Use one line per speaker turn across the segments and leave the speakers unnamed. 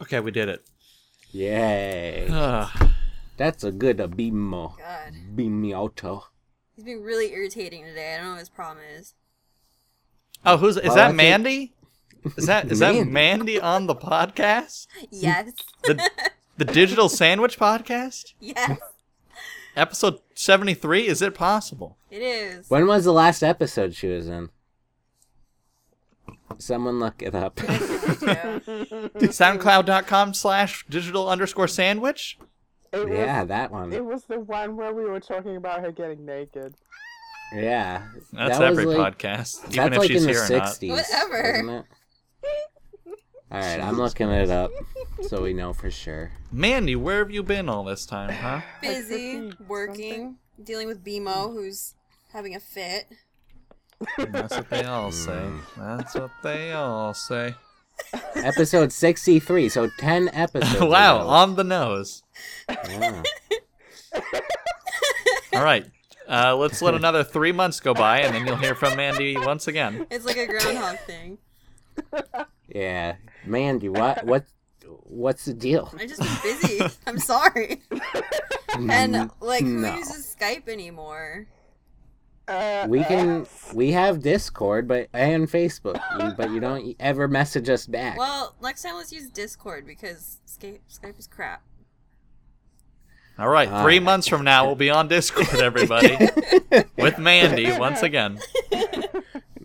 Okay, we did it.
Yay.
Ugh.
That's a good abimo.
God.
Bimioto.
He's being really irritating today. I don't know what his problem is.
oh, who's is
Well, I
that?
think-
Mandy? Is that is that
Mandy.
Mandy on the podcast?
Yes.
The the digital sandwich podcast,
yes.
episode seventy three. Is it possible?
It is.
When was the last episode she was in? Someone look it up.
Yeah.
SoundCloud.com slash digital underscore sandwich.
It
yeah,
was,
that one.
It was the one where we were talking about her getting naked.
Yeah.
That's
that was
every
like-
podcast, even
That's
if
like
she's
in the
here or not.
60s.
Whatever.
Isn't it? All right, I'm looking it up so we know for sure.
Mandy, where have you been all this time, huh?
Busy,
Something. Mm.
working, dealing with BMO, who's having a fit.
That's what they all say.
Hmm.
That's what they all say.
Episode 63, so 10 episodes.
wow,
ago.
on the nose.
Yeah.
All right. Uh, let's let another three months go by, and then you'll hear from Mandy once again.
It's like a groundhog thing.
Yeah, Mandy, what what what's the deal?
I've just been busy. I'm sorry.
Mm,
And like, who
no.
uses Skype anymore?
Uh,
We can
us.
we have Discord, but and Facebook, you- but you don't e-, ever message us back.
Well, next time let's use Discord because Skype Skype is crap.
All right. Three
Ah.
months from now, we'll be on Discord, everybody, with Mandy once again.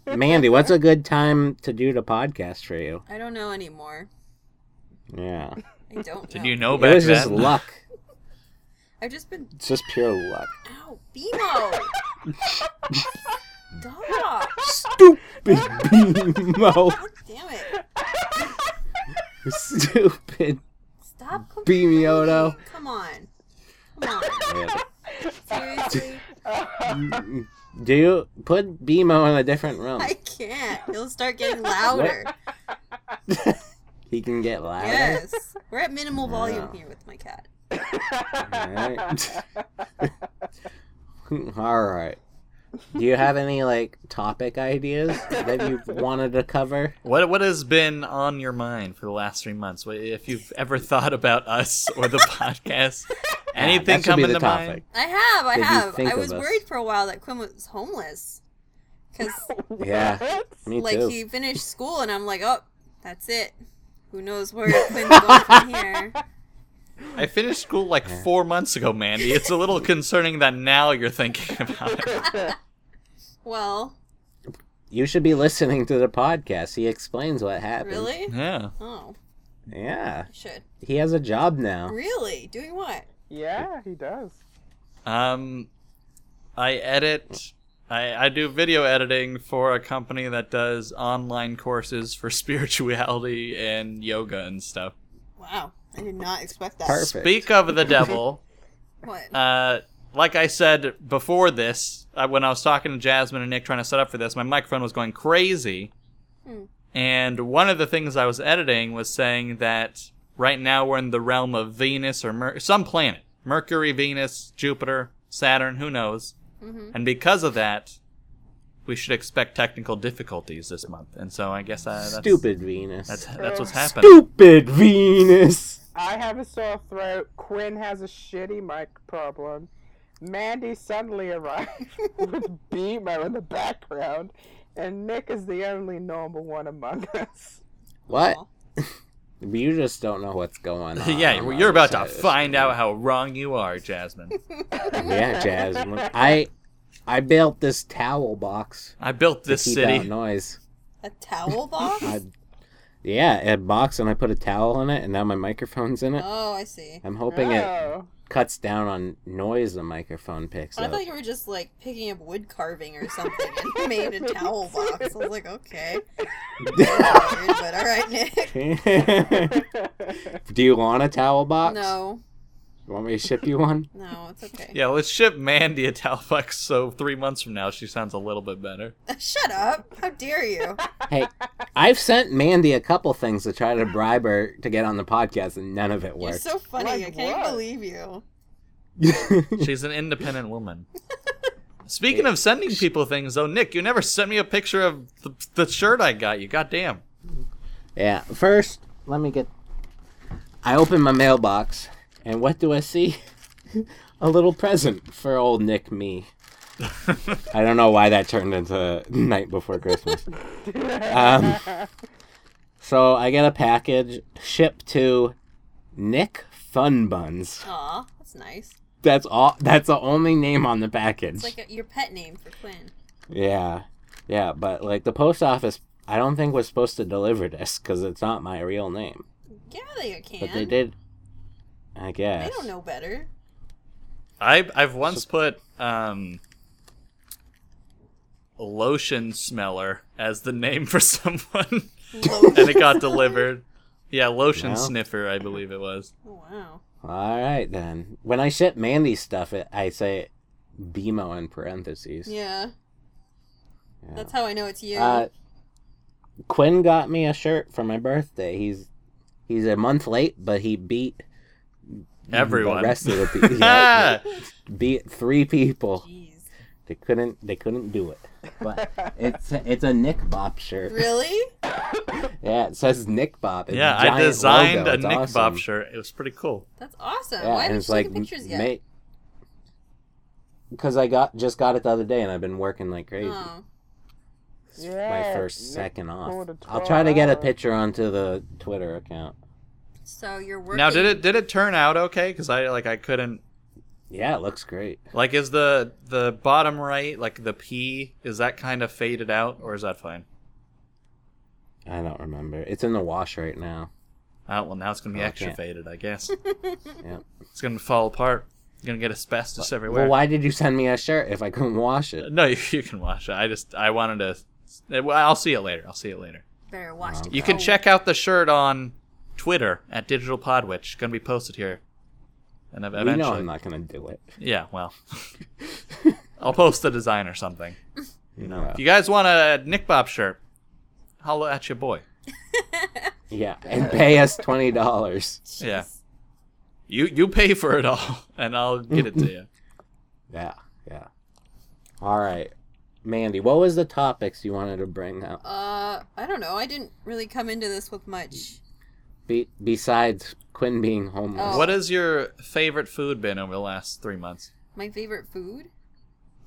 Mandy, what's a good time to do the podcast for you?
I don't know anymore.
Yeah,
I don't.
Did
know.
you know
it
back
was just
then?
luck.
I've just been.
It's just pure luck.
Ow, BMO. Stop!
Stupid BMO.
God damn it!
Stupid.
Stop complaining.
Beamioto.
Come on. Come on. Seriously,
Do you put BMO in a different room?
I can't. He'll start getting louder.
He can get louder.
Yes. We're at minimal volume
Yeah.
here with my cat.
Alright. All right. Do you have any like topic ideas that you wanted to cover?
What what has been on your mind for the last three months? What- If you've ever thought about us or the podcast, anything
that should be
coming
the
to mind?
topic.
I have, I
Did you
have.
think
I
of
was
us?
worried for a while that Quinn was homeless. Because,
Yeah, me
like,
too.
he finished school, and I'm like, oh, that's it. Who knows where Quinn's going from here?
I finished school like four months ago, Mandy. It's a little concerning that now you're thinking about it.
Well,
You should be listening to the podcast. He explains what happened.
really?
Yeah.
Oh,
Yeah,
I should.
he has a job now.
Really? Doing what?
yeah, he does.
Um, I edit. I, I do video editing for a company that does online courses for spirituality and yoga and stuff.
Wow. I did not expect that.
Perfect.
Speak of the devil.
What?
Uh, like I said before this, uh, when I was talking to Jasmine and Nick trying to set up for this, my microphone was going crazy.
Hmm.
And one of the things I was editing was saying that right now we're in the realm of Venus or Mer- some planet Mercury, Venus, Jupiter, Saturn, who knows.
Mhm.
And because of that, we should expect technical difficulties this month. And so I guess I, Uh, that's,
Stupid Venus.
That's, that's what's happening.
Stupid Venus.
I have a sore throat. Quinn has a shitty mic problem. Mandy suddenly arrived with BMO in the background, and Nick is the only normal one among us.
What?
Well,
You just don't know what's going on.
yeah,
on
you're,
the
you're
other
about
side
to
of this.
find out how wrong you are, Jasmine.
Yeah, Jasmine. I I built this towel box
I built this
to keep
city.
out noise.
A towel box?
I, yeah, a box, and I put a towel in it, and now my microphone's in it.
oh, I see.
I'm hoping it
oh,
cuts down on noise the microphone picks
I
up.
thought you were just like picking up wood carving or something and made a towel box. I was like, okay. That's weird, but all right, Nick.
Do you want a towel box?
No,
You want me to ship you one?
no, it's okay.
Yeah, let's ship Mandy a Talflex so three months from now she sounds a little bit better.
Shut up! How dare you?
Hey, I've sent Mandy a couple things to try to bribe her to get on the podcast, and none of it
You're
worked.
so funny. I
Like
can't
what?
even believe you.
She's an independent woman. Speaking of sending people things, though, Nick, you never sent me a picture of the, the shirt I got you. Goddamn.
yeah, first, let me get I open my mailbox, and what do I see? A little present for old Nick me. I don't know why that turned into night before Christmas. Um, so I get a package shipped to Nick Fun Buns.
Aw, that's nice.
That's all. That's the only name on the package.
It's like a, your pet name for Quinn.
Yeah, yeah, but like the post office, I don't think was supposed to deliver this because it's not my real name.
Yeah, they can.
But they did. I
They
guess.
don't know better.
I I've once put um lotion smeller as the name for someone and it got delivered. Yeah, lotion
Well.
sniffer, I believe it was.
Oh, wow.
All right then. When I ship Mandy stuff, it, I say BMO in parentheses.
Yeah,
Yeah.
that's how I know it's you.
Uh, Quinn got me a shirt for my birthday. He's he's a month late, but he beat
Everyone.
The rest of the people. yeah, beat three people.
Jeez.
They couldn't. They couldn't do it. But it's a, it's a Nick Bop shirt.
Really?
Yeah, it says Nick Bop. It's a
yeah, I
giant
designed
logo.
a
It's
Nick
awesome.
Bob shirt. It was pretty cool.
That's awesome.
Yeah,
Uh, Why
and
haven't
it's
you
like
taken pictures yet?
ma- because I got just got it the other day, and I've been working like crazy.
Oh,
It's my
Yeah,
first
Nick
second off.
pulled a
I'll try to get a
12.
picture onto the Twitter account.
so you're working.
Now did it did it turn out okay cuz I like I couldn't
Yeah, it looks great.
like is the the bottom right like the P is that kind of faded out or is that fine?
I don't remember. It's in the wash right now.
Oh, well now it's going to be
Oh, I
extra
can't.
faded, I guess.
Yeah.
It's going to fall apart. You're going to get asbestos everywhere.
Well, why did you send me a shirt if I couldn't wash it?
No, you, you can watch it. I just I wanted to. eh, well, I'll see it later. I'll see it later.
Better oh, watch
Um,
it.
You can check out the shirt on Twitter at Digital Podwitch. Gonna be posted here, and ev-
We know
eventually,
I'm not gonna do it.
yeah. Well, I'll post the design or something.
You know.
If you guys want a Nick Bob shirt, holla at your boy.
Yeah, and pay us twenty dollars.
Jeez.
Yeah. You you pay for it all, and I'll get it to you.
Yeah, yeah. All right, Mandy, what was the topics you wanted to bring up
Uh, I don't know. I didn't really come into this with much.
Be- besides Quinn being homeless?
Oh.
What has your favorite food been over the last three months?
My favorite food?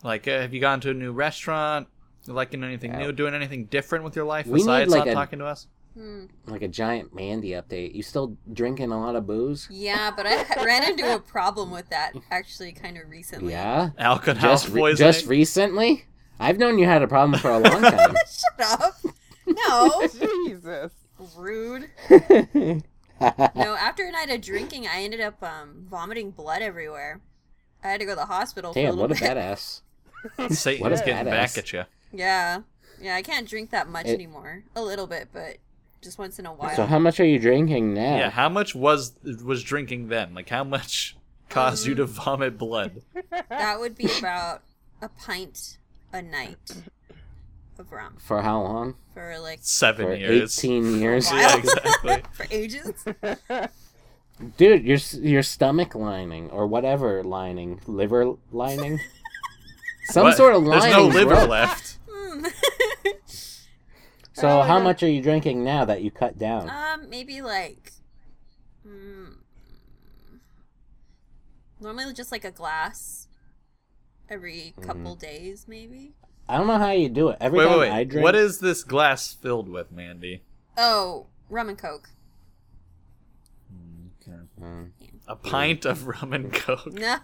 Like, uh, have you gone to a new restaurant? Liking anything
Yeah.
new? Doing anything different with your life
We need,
besides
like,
not
a-
talking to us?
Hmm.
Like a giant Mandy update. You still drinking a lot of booze?
Yeah, but I ran into a problem with that actually kind of recently.
Yeah.
Alcohol
Just re-
poisoning.
just recently? I've known you had a problem for a long time.
Shut up. No.
Jesus.
Rude. No, after a night of drinking, I ended up um, vomiting blood everywhere. I had to go to the hospital for a
Damn,
little
what a
bit.
badass. What
Satan's
a
getting back
badass.
at you.
Yeah. Yeah, I can't drink that much
It-
anymore. A little bit, but just once in a while.
So how much are you drinking now?
Yeah. How much was was drinking then? Like how much caused you to vomit blood?
that would be about a pint a night of rum
For how long?
for like
Seven
For
years.
18 years.
Wow.
Yeah, exactly.
for ages.
Dude, your s- your stomach lining or whatever lining, liver lining. Some
What?
sort of lining.
There's no liver
grows.
left.
Hmm.
Oh.
So how much are you drinking now that you cut down?
um, maybe like mm, normally just like a glass every
Mm-hmm.
couple days, maybe.
I don't know how you do it. Every
Wait,
time
wait,
I
wait.
drink
What is this glass filled with, Mandy?
Oh, rum and coke.
Mm.
A pint of rum and coke.
No,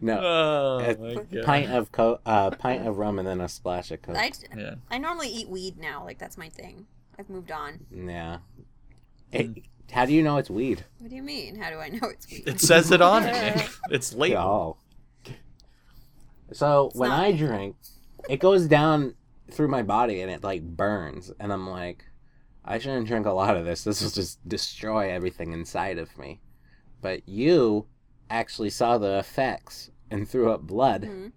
No.
Oh
A
my god.
pint of co- uh, pint of rum and then a splash of coke.
I,
Yeah.
I normally eat weed now. Like that's my thing. I've moved on.
Yeah. It- how do you know it's weed?
What do you mean? How do I know it's weed?
It says it on it. Nick. It's late.
Oh. So when
not-
I drink, it goes down through my body and it like burns, and I'm like, I shouldn't drink a lot of this. This will just destroy everything inside of me. But you actually saw the effects and threw up blood,
Mhm.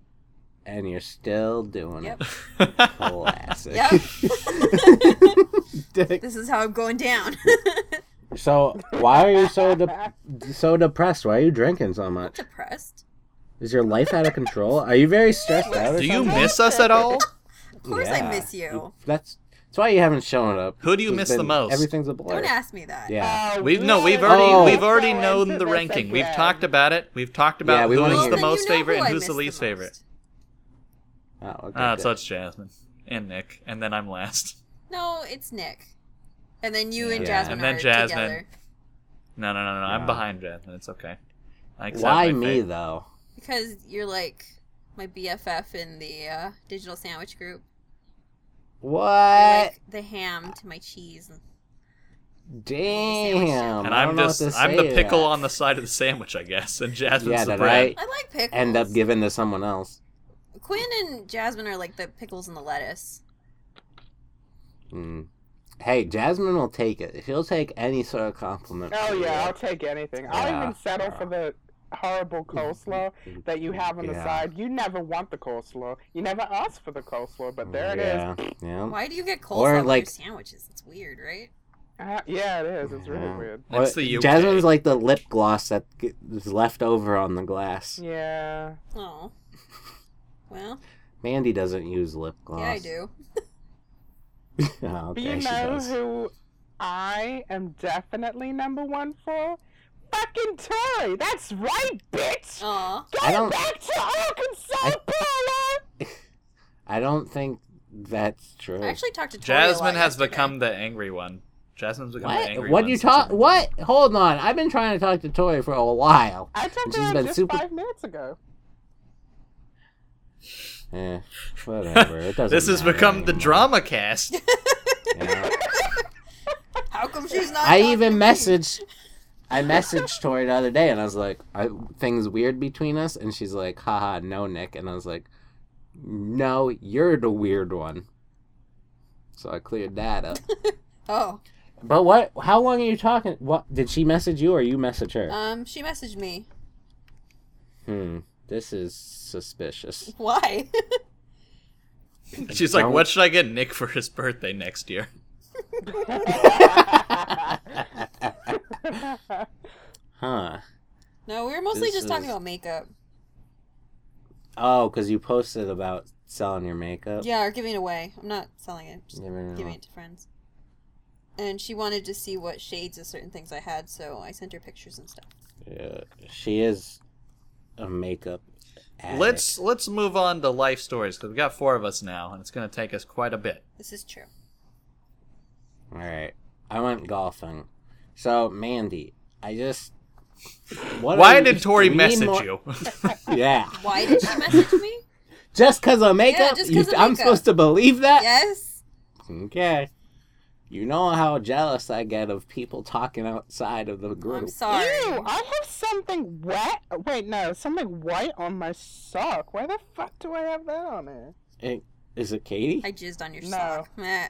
and you're still doing
Yep.
it. Classic.
Yep.
Dick.
This is how I'm going down.
So why are you so de- so depressed? Why are you drinking so much?
Depressed.
Is your life out of control? Are you very stressed out? or
Do you
something?
miss us at all?
Of course I
Yeah.
miss you.
That's That's why you haven't shown up.
Who do you
It's
miss the
been-
most?
Everything's a blur.
Don't ask Uh, me that.
Yeah.
Oh,
We've no, we've
yeah,
already
Oh.
we've already
that's
known
how
the
I
ranking. We've
said
talked
that.
about it. We've talked about
Yeah, we
who
wanna
is
hear-
the
then
most
you know
favorite
who
and
I
who's the
missed
least
most.
favorite.
Oh, okay,
Ah, it's
good.
not Jasmine and Nick, and then I'm last.
No, it's Nick. And then you and
Yeah.
Jasmine
And then
are
Jasmine.
together
No, no, no, no. I'm
Yeah.
behind Jasmine. It's okay. I accept
Why
my
me
fate.
though?
because you're like my BFF in the uh, digital sandwich group. You're
What?
like the ham to my cheese.
Damn.
And
Um, I
I'm
don't know
just
what to
I'm the
say to
pickle
that.
on the side of the sandwich, I guess, and Jasmine's
Yeah,
the
that
bread.
I
I like pickles.
end up giving to someone else.
Quinn and Jasmine are like the pickles and the lettuce.
Mm. Hey, Jasmine will take it. She'll take any sort of compliment.
Oh
from you.
yeah, I'll take anything. I'll
Yeah,
even settle
yeah.
for the horrible coleslaw that you have on the
Yeah.
side. You never want the coleslaw. You never ask for the coleslaw, but there it is.
yeah. Yeah.
Why do you get coleslaw
Or,
with
like-
your sandwiches? It's weird, right?
Uh, yeah, it is. It's really
Yeah.
weird.
Or-
That's the UK.
Jasmine's like the lip gloss that g- is left over on the glass.
Yeah.
Oh. Well,
Mandy doesn't use lip gloss.
yeah, I do.
oh,
But
okay,
you
she
know
does.
who I am definitely number one for? Fucking Tori! That's right, bitch!
Aw.
I
Go
don't-
back to Arkansas, Paula!
I don't think that's true.
I actually talked to Tori a lot
Jasmine has
yesterday.
become the angry one. Jasmine's become the
what?
angry
What
one
you
since
talk?
then.
What? Hold on. I've been trying to talk to Tori for a while.
I talked
She's
to her
been
just
super-
five minutes ago.
Eh, whatever. It doesn't.
This has
matter
become the
anymore.
drama cast.
Yeah.
How come she's not?
I
talking
even
to me?
messaged. I messaged Tori the other day, and I was like, I, "Things weird between us," and she's like, "Haha, no, Nick," and I was like, "No, you're the weird one." So I cleared that up.
Oh,
But what? How long are you talking? What did she message you, or you message her?
um, she messaged me.
hmm. This is suspicious.
Why?
She's like,
Don't-
"What should I get Nick for his birthday next year?"
huh?
no, we were mostly
This
just talking
is-
about makeup.
Oh, because you posted about selling your makeup.
Yeah, or giving it away. I'm not selling it. Just
Giving it
giving
away.
it to friends. And she wanted to see what shades of certain things I had, so I sent her pictures and stuff.
Yeah. She is a makeup. Addict.
Let's let's move on to life stories because we got four of us now, and it's going to take us quite a bit.
This is true.
All right. I went golfing. So Mandy, I just. What
Why
are-
did Tori
we need
message
more-
you?
Yeah.
Why did she message me?
Just because of makeup?
just
You-
'cause of
I'm
makeup.
supposed to believe that?
yes.
Okay. You know how jealous I get of people talking outside of the group.
I'm sorry.
Ew, I have something wet. Wait, no, something white on my sock. Why the fuck do I have that on there?
Eh, Is it Katie?
I jizzed on your
No.
sock. Meh.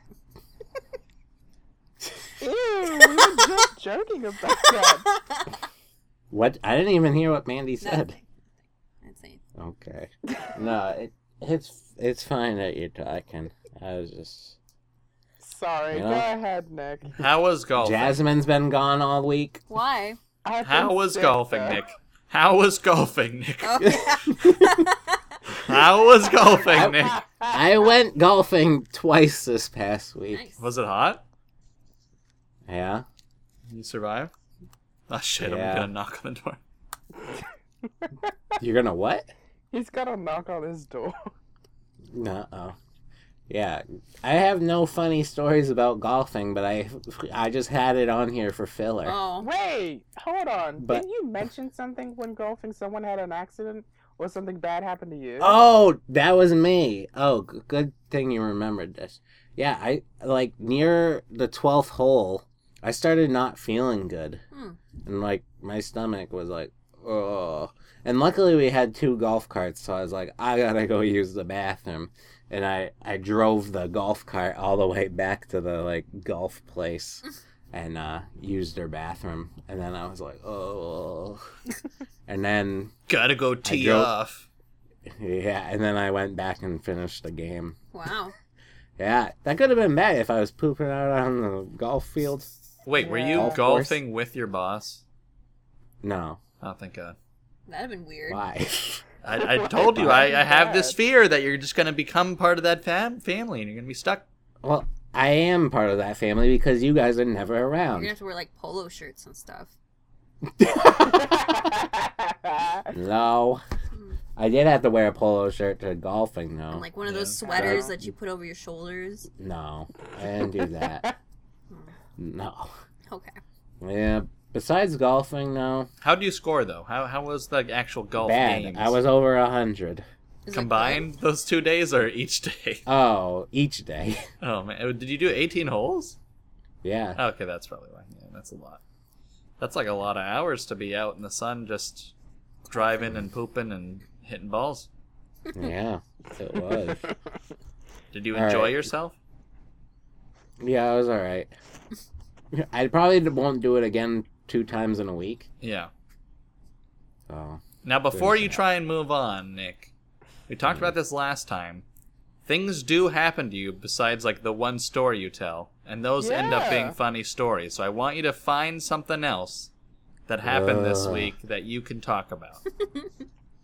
Ew, we were just joking about that.
What? I didn't even hear what Mandy said.
Nothing. I'd say-
Okay. No, it, it's it's fine that you're talking. I was just
Sorry,
Yeah.
go ahead, Nick.
How was golfing?
Jasmine's been gone all week.
Why?
I've
How
been
was
sick,
golfing,
though.
Nick? How was golfing, Nick?
Oh, yeah.
How was golfing, Nick?
I went golfing twice this past week.
nice.
Was it hot?
Yeah.
You survive? Oh shit!
Yeah.
I'm gonna knock on the door.
You're gonna what?
He's got a knock on his door.
Uh oh. Yeah, I have no funny stories about golfing, but I I just had it on here for filler.
Oh.
Wait, hold on.
But-
Didn't you mention something when golfing? Someone had an accident or something bad happened to you?
Oh, that was me. Oh, g- good thing you remembered this. Yeah, I like near the 12th hole, I started not feeling good.
Hmm.
And like my stomach was like, oh. And luckily we had two golf carts, so I was like, I got to go use the bathroom. And I I drove the golf cart all the way back to the like golf place and uh used their bathroom. And then I was like, oh. and then
Gotta go tee
drove-
off.
yeah, and then I went back and finished the game.
Wow.
Yeah, that could have been bad if I was pooping out on the golf field.
Wait, were you
Golf course.
golfing with your boss?
No,
Oh, thank God.
That'd have been weird.
why?
I, I told you, I, I have this
God.
fear that you're just going to become part of that fam- family and you're going to be stuck.
well, I am part of that family because you guys are never
You're gonna
around.
have to wear like polo shirts and stuff.
No. I did have to wear a polo shirt to golfing, though.
And Hmm. like one of
Yeah.
those sweaters that you put over your shoulders.
no, I didn't do that. no.
Okay.
Yeah. Besides golfing, though,
How do you score though? How how was the actual golf
bad.
games?
I was over a hundred.
Is it
combined those two days or each day?
Oh, each day.
Oh man, did you do 18 holes?
yeah.
Okay, that's probably why. Yeah, that's a lot. That's like a lot of hours to be out in the sun, just driving and pooping and hitting balls.
yeah. It was.
Mm-hmm.
Did you
All
enjoy
right.
yourself?
Yeah, it was all right. I probably won't do it again two times in a week.
Yeah.
So
Now, before you
that.
try and move on, Nick, we talked
Mm-hmm.
about this last time. Things do happen to you besides like the one story you tell, and those end up being
Yeah.
funny stories. So I want you to find something else that happened this
Ugh.
week that you can talk about.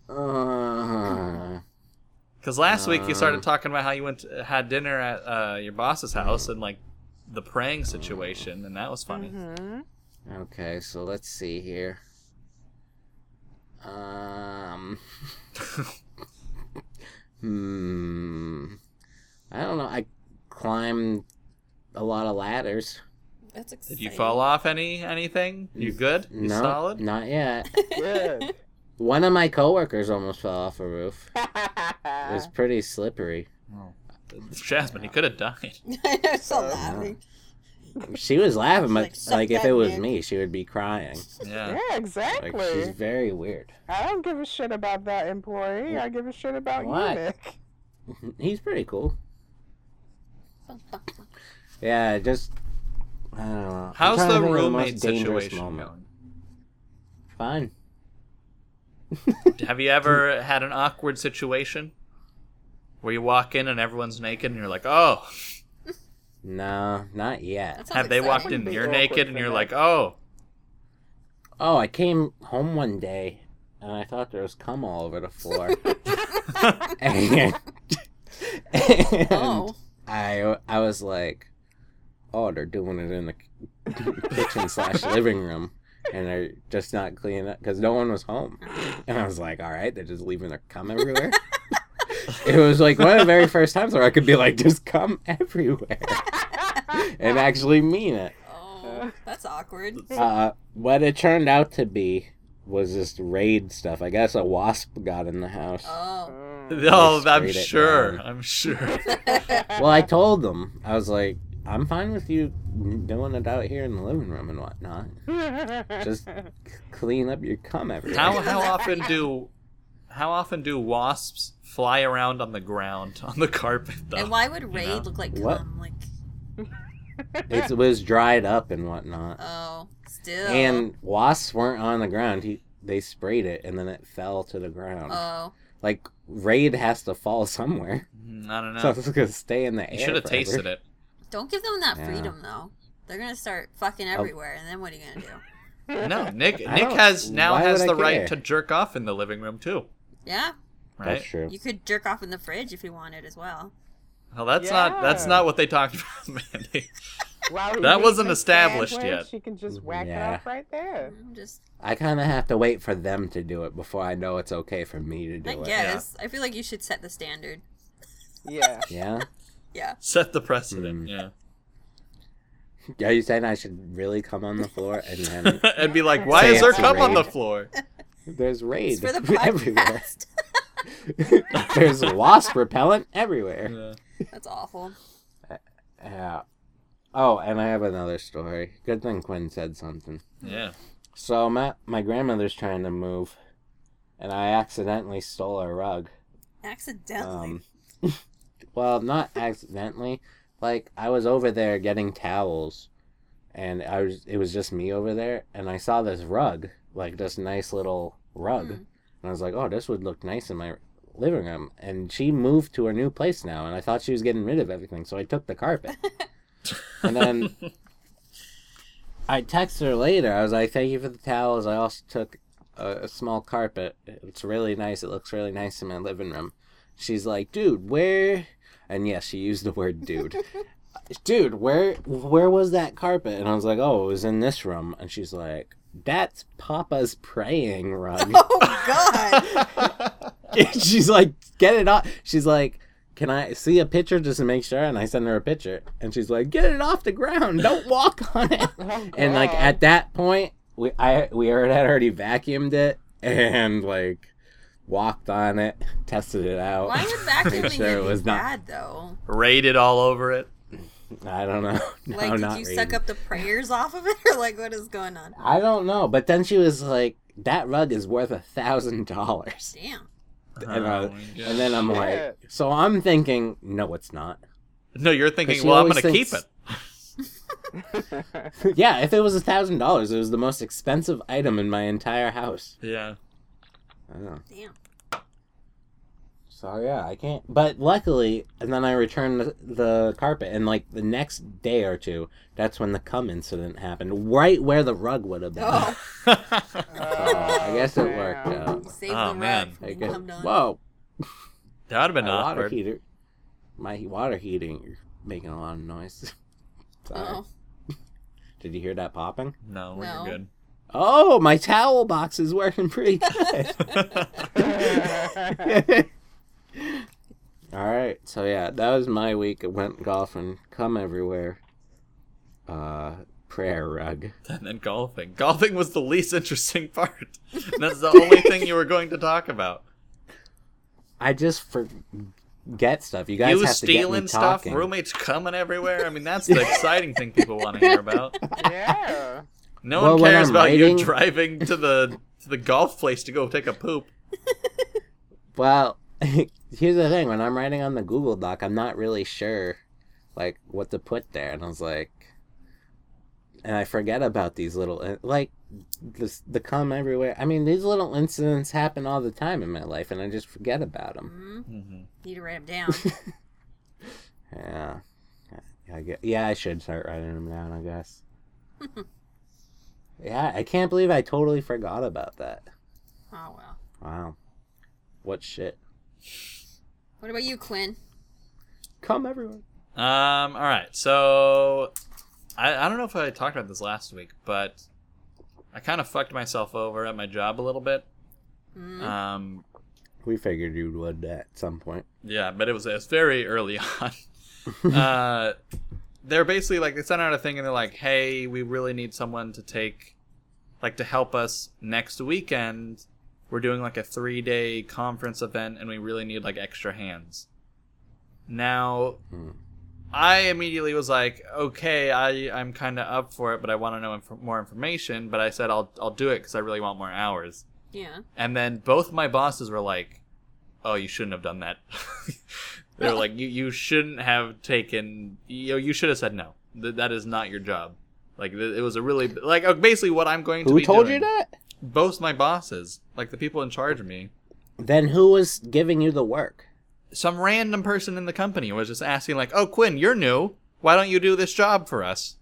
uh,
Because last week you started
Uh. Mm-hmm.
talking about how you went to, had dinner at uh, your boss's house and like the praying situation, and that was funny.
Mm-hmm.
Mhm.
okay, so let's see here. Um. hmm. I don't know. I climbed a lot of ladders.
good? That's exciting.
Did you fall off any anything? You good? You
no,
solid?
not yet.
Good.
One of my coworkers almost fell off a roof. It
Ah.
was pretty slippery.
Jasmine, you could have died.
I'm still laughing.
She was laughing, but
Like,
like,
suck
if
that
it was
dick.
me, she would be crying.
Yeah.
yeah,
Like
exactly.
she's very weird.
I don't give a shit about that employee. I give a shit about
What?
you, Nick.
He's pretty cool. Yeah, just I don't know. I'm
How's
trying to
the
think of most
roommate
dangerous
situation
moment. Fine.
going? Have you ever had an awkward situation where you walk in and everyone's naked and you're like, oh?
No, not yet.
That sounds
Have they walked
exciting.
in and
Wouldn't
you're
be
naked
awkward
and
for
you're
me.
like, oh?
Oh, I came home one day and I thought there was cum all over the floor. and, and
Oh.
I I was like, oh, they're doing it in the k- kitchen slash living room, and they're just not cleaning up because no one was home. And I was like, all right, they're just leaving their cum everywhere. it was like one of the very first times where I could be like, just cum everywhere, and actually mean it.
Oh, that's awkward.
Uh, what it turned out to be was just raid stuff. I guess a wasp got in the house.
Oh.
Oh, I'm
sprayed it
sure.
down.
I'm sure.
Well, I told them I was like, I'm fine with you doing it out here in the living room and whatnot. Just c- clean up your cum everywhere.
How how often do how often do wasps fly around on the ground on the carpet though?
And why would Raid
know.
look like
What?
cum? Like,
It was dried up and whatnot,
oh, still.
and wasps weren't on the ground. He, they sprayed it and then it fell to the ground.
Oh.
like raid has to fall somewhere,
Mm, I don't
so
know.
it's gonna stay in the air.
You should have tasted it.
Don't give them that
Yeah. Oh.
freedom, though. They're going to start fucking everywhere, and then what are you going to do?
No, Nick
I
Nick
don't-
has now
why
has
would I
the right
care?
to jerk off in the living room too,
Yeah.
right?
That's true.
You could jerk off in the fridge if you wanted as well.
Well, that's not that's
Yeah.
not what they talked about, Mandy.
While he
That
eats
wasn't
his
established
sandwich,
yet.
She can just whack
Yeah.
it off right there.
I'm just,
I kind of have to wait for them to do it before I know it's okay for me to do
I
it.
guess. I feel like you should set the standard.
Yeah.
Yeah.
Yeah.
Set the precedent,
Are you saying I should really come on the floor and then
yeah. and be like, why is
Say
there
it's a
cum on the
raid.
floor?
there's raid
It's for the
everywhere?
podcast.
there's wasp repellent everywhere.
Yeah.
that's awful.
Yeah. Oh, and I have another story. Good thing Quinn said something.
yeah.
So I'm at my grandmother's trying to move, and I accidentally stole her rug.
Accidentally.
Um, well, not accidentally. Like I was over there getting towels, and I was it was just me over there, and I saw this rug, like this nice little rug,
Hmm.
and I was like, oh, this would look nice in my living room. And she moved to her new place now, and I thought she was getting rid of everything, so I took the carpet, and then. I texted her later. I was like, "Thank you for the towels. I also took a, a small carpet. It's really nice. It looks really nice in my living room." She's like, dude, where? And yes, she used the word dude. dude, where where was that carpet? And I was like, oh, it was in this room. And she's like, that's Papa's praying rug.
Oh God!
And she's like, get it off. She's like, can I see a picture just to make sure? And I send her a picture, and she's like, get it off the ground. Don't walk on it.
Oh,
And like
God.
at that point, we I we already had already vacuumed it and like walked on it, tested it out.
Why would vacuuming
sure it
it
was
be
not-
bad though?
Raided all over it.
I don't know. No,
Like, did
not
you
really.
suck up the prayers off of it, or like what is going on?
I don't know. But then she was like, "That rug is worth a thousand dollars,"
Damn.
and I-
Oh, yeah.
and then I'm like,
Shit.
"So I'm thinking, no, it's not.
no, you're
'Cause
thinking,
she
well, I'm
always
gonna keep it.
thinks- yeah, if it was a thousand dollars, it was the most expensive item in my entire house.
Yeah.
I don't know.
Damn.
So yeah, I can't. But luckily, and then I returned the, the carpet, and like the next day or two, that's when the cum incident happened, right where the rug would have been.
Oh,
So I guess it worked out.
save
Oh,
the
man.
rug
I
from
guess.
come down.
Whoa,
That would have been
my water
awkward.
heater, my he- water heating, you're making a lot of noise. Sorry.
Oh,
Did you hear that popping?
No, we're
No.
good.
Oh, my towel box is working pretty good. All right, so yeah, that was my week. It went golfing, come everywhere. Uh, prayer rug.
and then golfing. Golfing was the least interesting part. And that's the only thing you were going to talk about.
I just forget stuff. You guys
you
have to get
stealing
me
stuff,
talking.
roommates coming everywhere. I mean, that's the exciting thing people want to hear about.
yeah.
No
Well,
one
when
cares
I'm
about
writing-
you driving to the to the golf place to go take a poop.
Well, here's the thing: when I'm writing on the Google Doc, I'm not really sure, like, what to put there, and I was like, and I forget about these little uh, like this the come everywhere. I mean, these little incidents happen all the time in my life, and I just forget about them.
Mhm.
Mhm.
need to write them down.
Yeah. I get, yeah, I should start writing them down, I guess. yeah, I can't believe I totally forgot about that.
Oh well.
Wow. What shit?
What about you, Quinn?
Come everyone.
Um. All right. So, I I don't know if I talked about this last week, but I kind of fucked myself over at my job a little bit.
Mm.
Um.
We figured you would at some point.
Yeah, but it was, it was very early on. uh, they're basically like they sent out a thing and they're like, "Hey, we really need someone to take, like, to help us next weekend. We're doing like a three day conference event, and we really need like extra hands." Now,
Hmm.
I immediately was like, "Okay, I I'm kind of up for it, but I want to know inf- more information." But I said, "I'll I'll do it because I really want more hours."
Yeah.
And then both my bosses were like, "Oh, you shouldn't have done that." they were like, "You you shouldn't have taken. You know, you should have said no. Th- that is not your job." Like th- it was a really like uh, basically what I'm going to
Who
be
told you
doing-
that?
Both my bosses, like the people in charge of me.
Then who was giving you the work?
Some random person in the company was just asking like, "Oh, Quinn, you're new. Why don't you do this job for us?"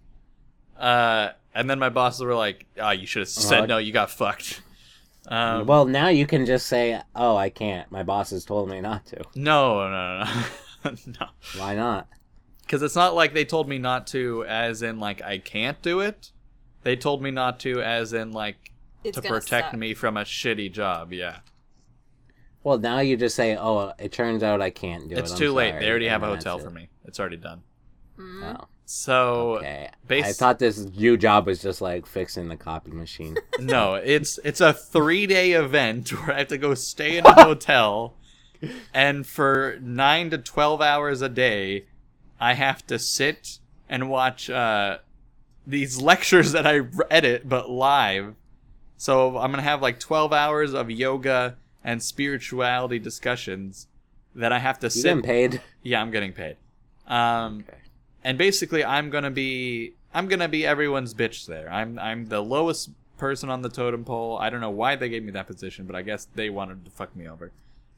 Uh, and then my bosses were like, "Ah, you should have said
like-
no. You got fucked." Um,
well, now you can just say, "Oh, I can't. My bosses told me not to."
no, no, no, no. no.
Why not?
Because it's not like they told me not to, as in like I can't do it. They told me not to, as in like
It's
to
gonna
protect
suck.
me from a shitty job. Yeah,
Well, now you just say, "Oh, it turns out I can't do it."
it's
I'm
too late.
sorry,"
They already
and
have a
that's
hotel
it.
for me. It's already done.
Mm.
Oh.
So
Okay. I
bas-
thought this new job was just like fixing the copy machine.
no, it's it's a three day event where I have to go stay in a hotel, and for nine to twelve hours a day, I have to sit and watch uh, these lectures that I edit but live. So I'm gonna have like twelve hours of yoga and spirituality discussions that I have to
You
sit.
getting paid?
Yeah, I'm getting paid. Um,
Okay.
and basically I'm gonna be I'm gonna be everyone's bitch there. I'm I'm the lowest person on the totem pole. I don't know why they gave me that position, but I guess they wanted to fuck me over.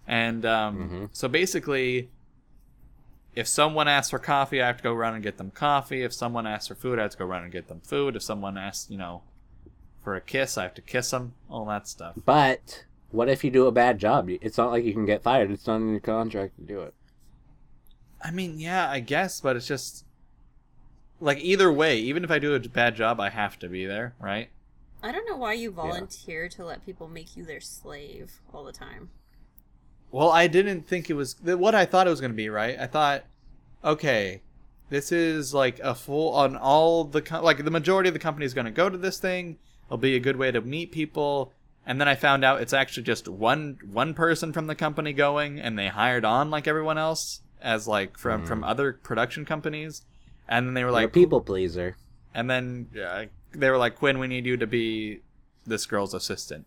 And um,
Mhm.
so basically, if someone asks for coffee, I have to go run and get them coffee. If someone asks for food, I have to go run and get them food. If someone asks, you know, for a kiss, I have to kiss them. All that stuff.
But what if you do a bad job? It's not like you can get fired. It's not in your contract to do it.
I mean, yeah, I guess, but it's just like either way, even if I do a bad job, I have to be there, right?
I don't know why you volunteer to let people make you their slave all the time.
Well, I didn't think it was th- what I thought it was going to be, right? I thought, okay, this is like a full on all the co- like the majority of the company is going to go to this thing. It'll be a good way to meet people. And then I found out it's actually just one one person from the company going, and they hired on like everyone else as like from from other production companies. And then they were
You're a
like,
people pleaser.
and then uh, they were like, Quinn, we need you to be this girl's assistant.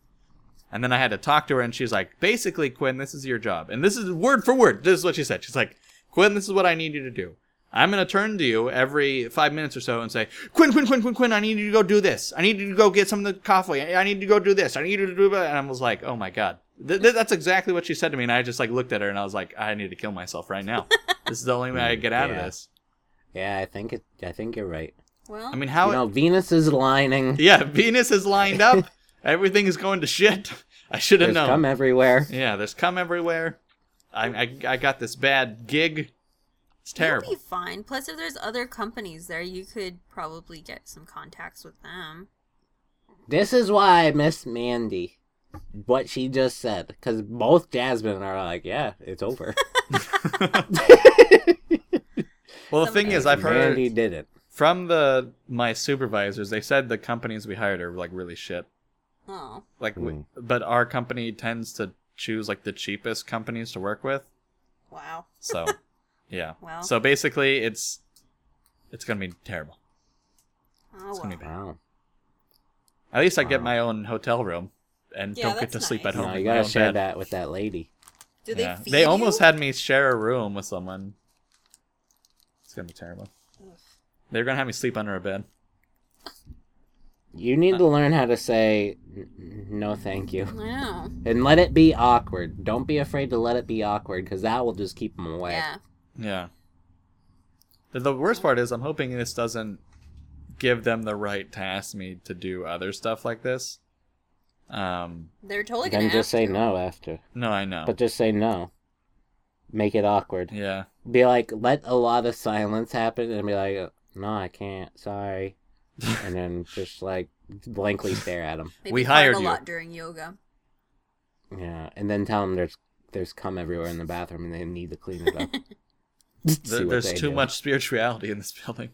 And then I had to talk to her, and she's like, basically, Quinn, this is your job. And this is word for word. This is what she said. She's like, Quinn, this is what I need you to do. I'm going to turn to you every five minutes or so and say, Quinn, Quinn, Quinn, Quinn, Quinn, I need you to go do this. I need you to go get some of the coffee. I I need you to go do this. I need you to do that. And I was like, oh my God. Th- th- that's exactly what she said to me. And I just like looked at her and I was like, I need to kill myself right now. this is the only way I get out
Yeah.
of this.
Yeah, I think it. I think you're right.
Well,
I mean, how
you know, Venus is lining.
Yeah, Venus is lined up. Everything is going to shit. I should have
There's
known.
cum e- everywhere.
Yeah, there's cum everywhere. I, I I got this bad gig. It's
You'll
terrible.
be fine. Plus, if there's other companies there, you could probably get some contacts with them.
This is why I miss Mandy. What she just said, because both Jasmine are like, "Yeah, it's over."
Well, the thing is, I've heard
Mandy did it.
from the my supervisors, they said the companies we hired are like really shit.
Oh,
Like,
Hmm.
we, but our company tends to choose like the cheapest companies to work with.
wow.
So, yeah.
Well.
So basically, it's it's gonna be terrible.
Oh,
It's gonna
well.
be bad.
Wow.
At least I get
Wow.
my own hotel room and
Yeah,
don't get to
that's
sleep at
nice.
home.
No,
in
you
my
gotta
own
share
bed.
that with that lady.
Do they
Yeah.
feed
They almost
you?
had me share a room with someone. It's gonna be terrible. They're gonna have me sleep under a bed.
You
Uh.
need to learn how to say "N- n- no, thank you,
I know.
and let it be awkward. Don't be afraid to let it be awkward, because that will just keep them away.
Yeah.
Yeah. The, the worst part is, I'm hoping this doesn't give them the right to ask me to do other stuff like this. Um.
They're totally
then
gonna
just
ask
say
you.
no after,
No, I know.
but just say no. Make it awkward.
yeah.
Be like, let a lot of silence happen, and be like, no, I can't. Sorry, and then just like blankly stare at them.
Maybe
We
fart
hired
a
you.
lot during yoga.
Yeah, and then tell them there's there's cum everywhere in the bathroom, and they need to clean it up. See
There-
what
there's
they
too
do.
much spirituality in this building.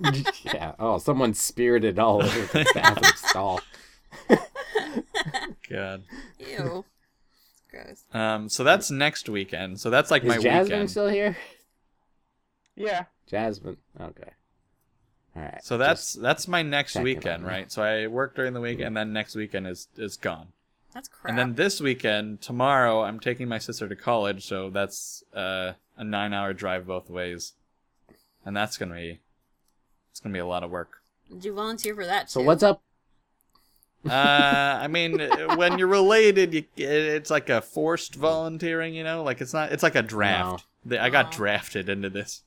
yeah. Oh, someone spirited all over the bathroom stall.
God.
Ew. It's gross.
Um. So that's next weekend. So that's like
Is
my
Jasmine
weekend.
still here?
Yeah.
Jasmine. Okay. All right.
So that's that's my next
checking
weekend,
on you.
right? So I work during the week, and then next weekend is is gone.
That's crap.
And then this weekend, tomorrow, I'm taking my sister to college, so that's uh, a nine-hour drive both ways, and that's gonna be it's gonna be a lot of work.
Did you volunteer for that too?
So what's up?
Uh, I mean, when you're related, you, it's like a forced volunteering, you know? Like it's not it's like a draft. They- I got
Aw.
drafted into this.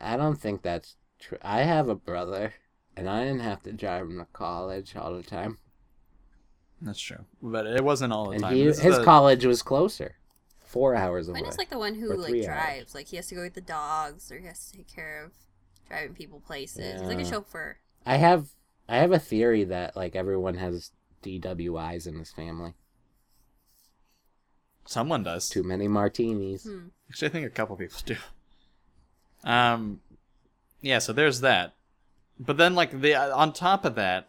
I don't think that's true. I have a brother, and I didn't have to drive him to college all the time,
That's true, but it wasn't all the
and
time.
he,
This
his
is the-
college was closer, four hours away.
Quinn is like the one who
Or
like
three hours.
drives. Like he has to go get the dogs, or he has to take care of driving people places. He's like a
Yeah.
chauffeur.
I have I have a theory that like everyone has DWIs in this family.
someone does.
Too many martinis.
Hmm.
Actually, I think a couple people do. Um, yeah. So there's that. But then, like the uh, on top of that,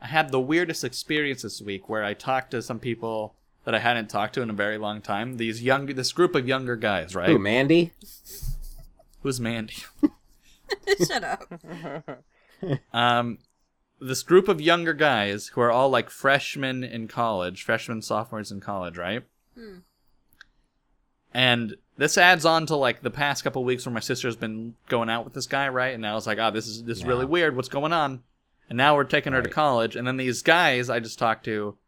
I had the weirdest experience this week where I talked to some people that I hadn't talked to in a very long time. These young, this group of younger guys, right?
Who, Mandy?
Who's Mandy?
Shut up.
Um, this group of younger guys who are all like freshmen in college, freshmen, sophomores in college, right?
Hmm.
And this adds on to like the past couple weeks where my sister's been going out with this guy, right? And I was like, oh, this is this is really
Yeah.
weird. What's going on? And now we're taking her to
Right.
college. And then these guys I just talked to,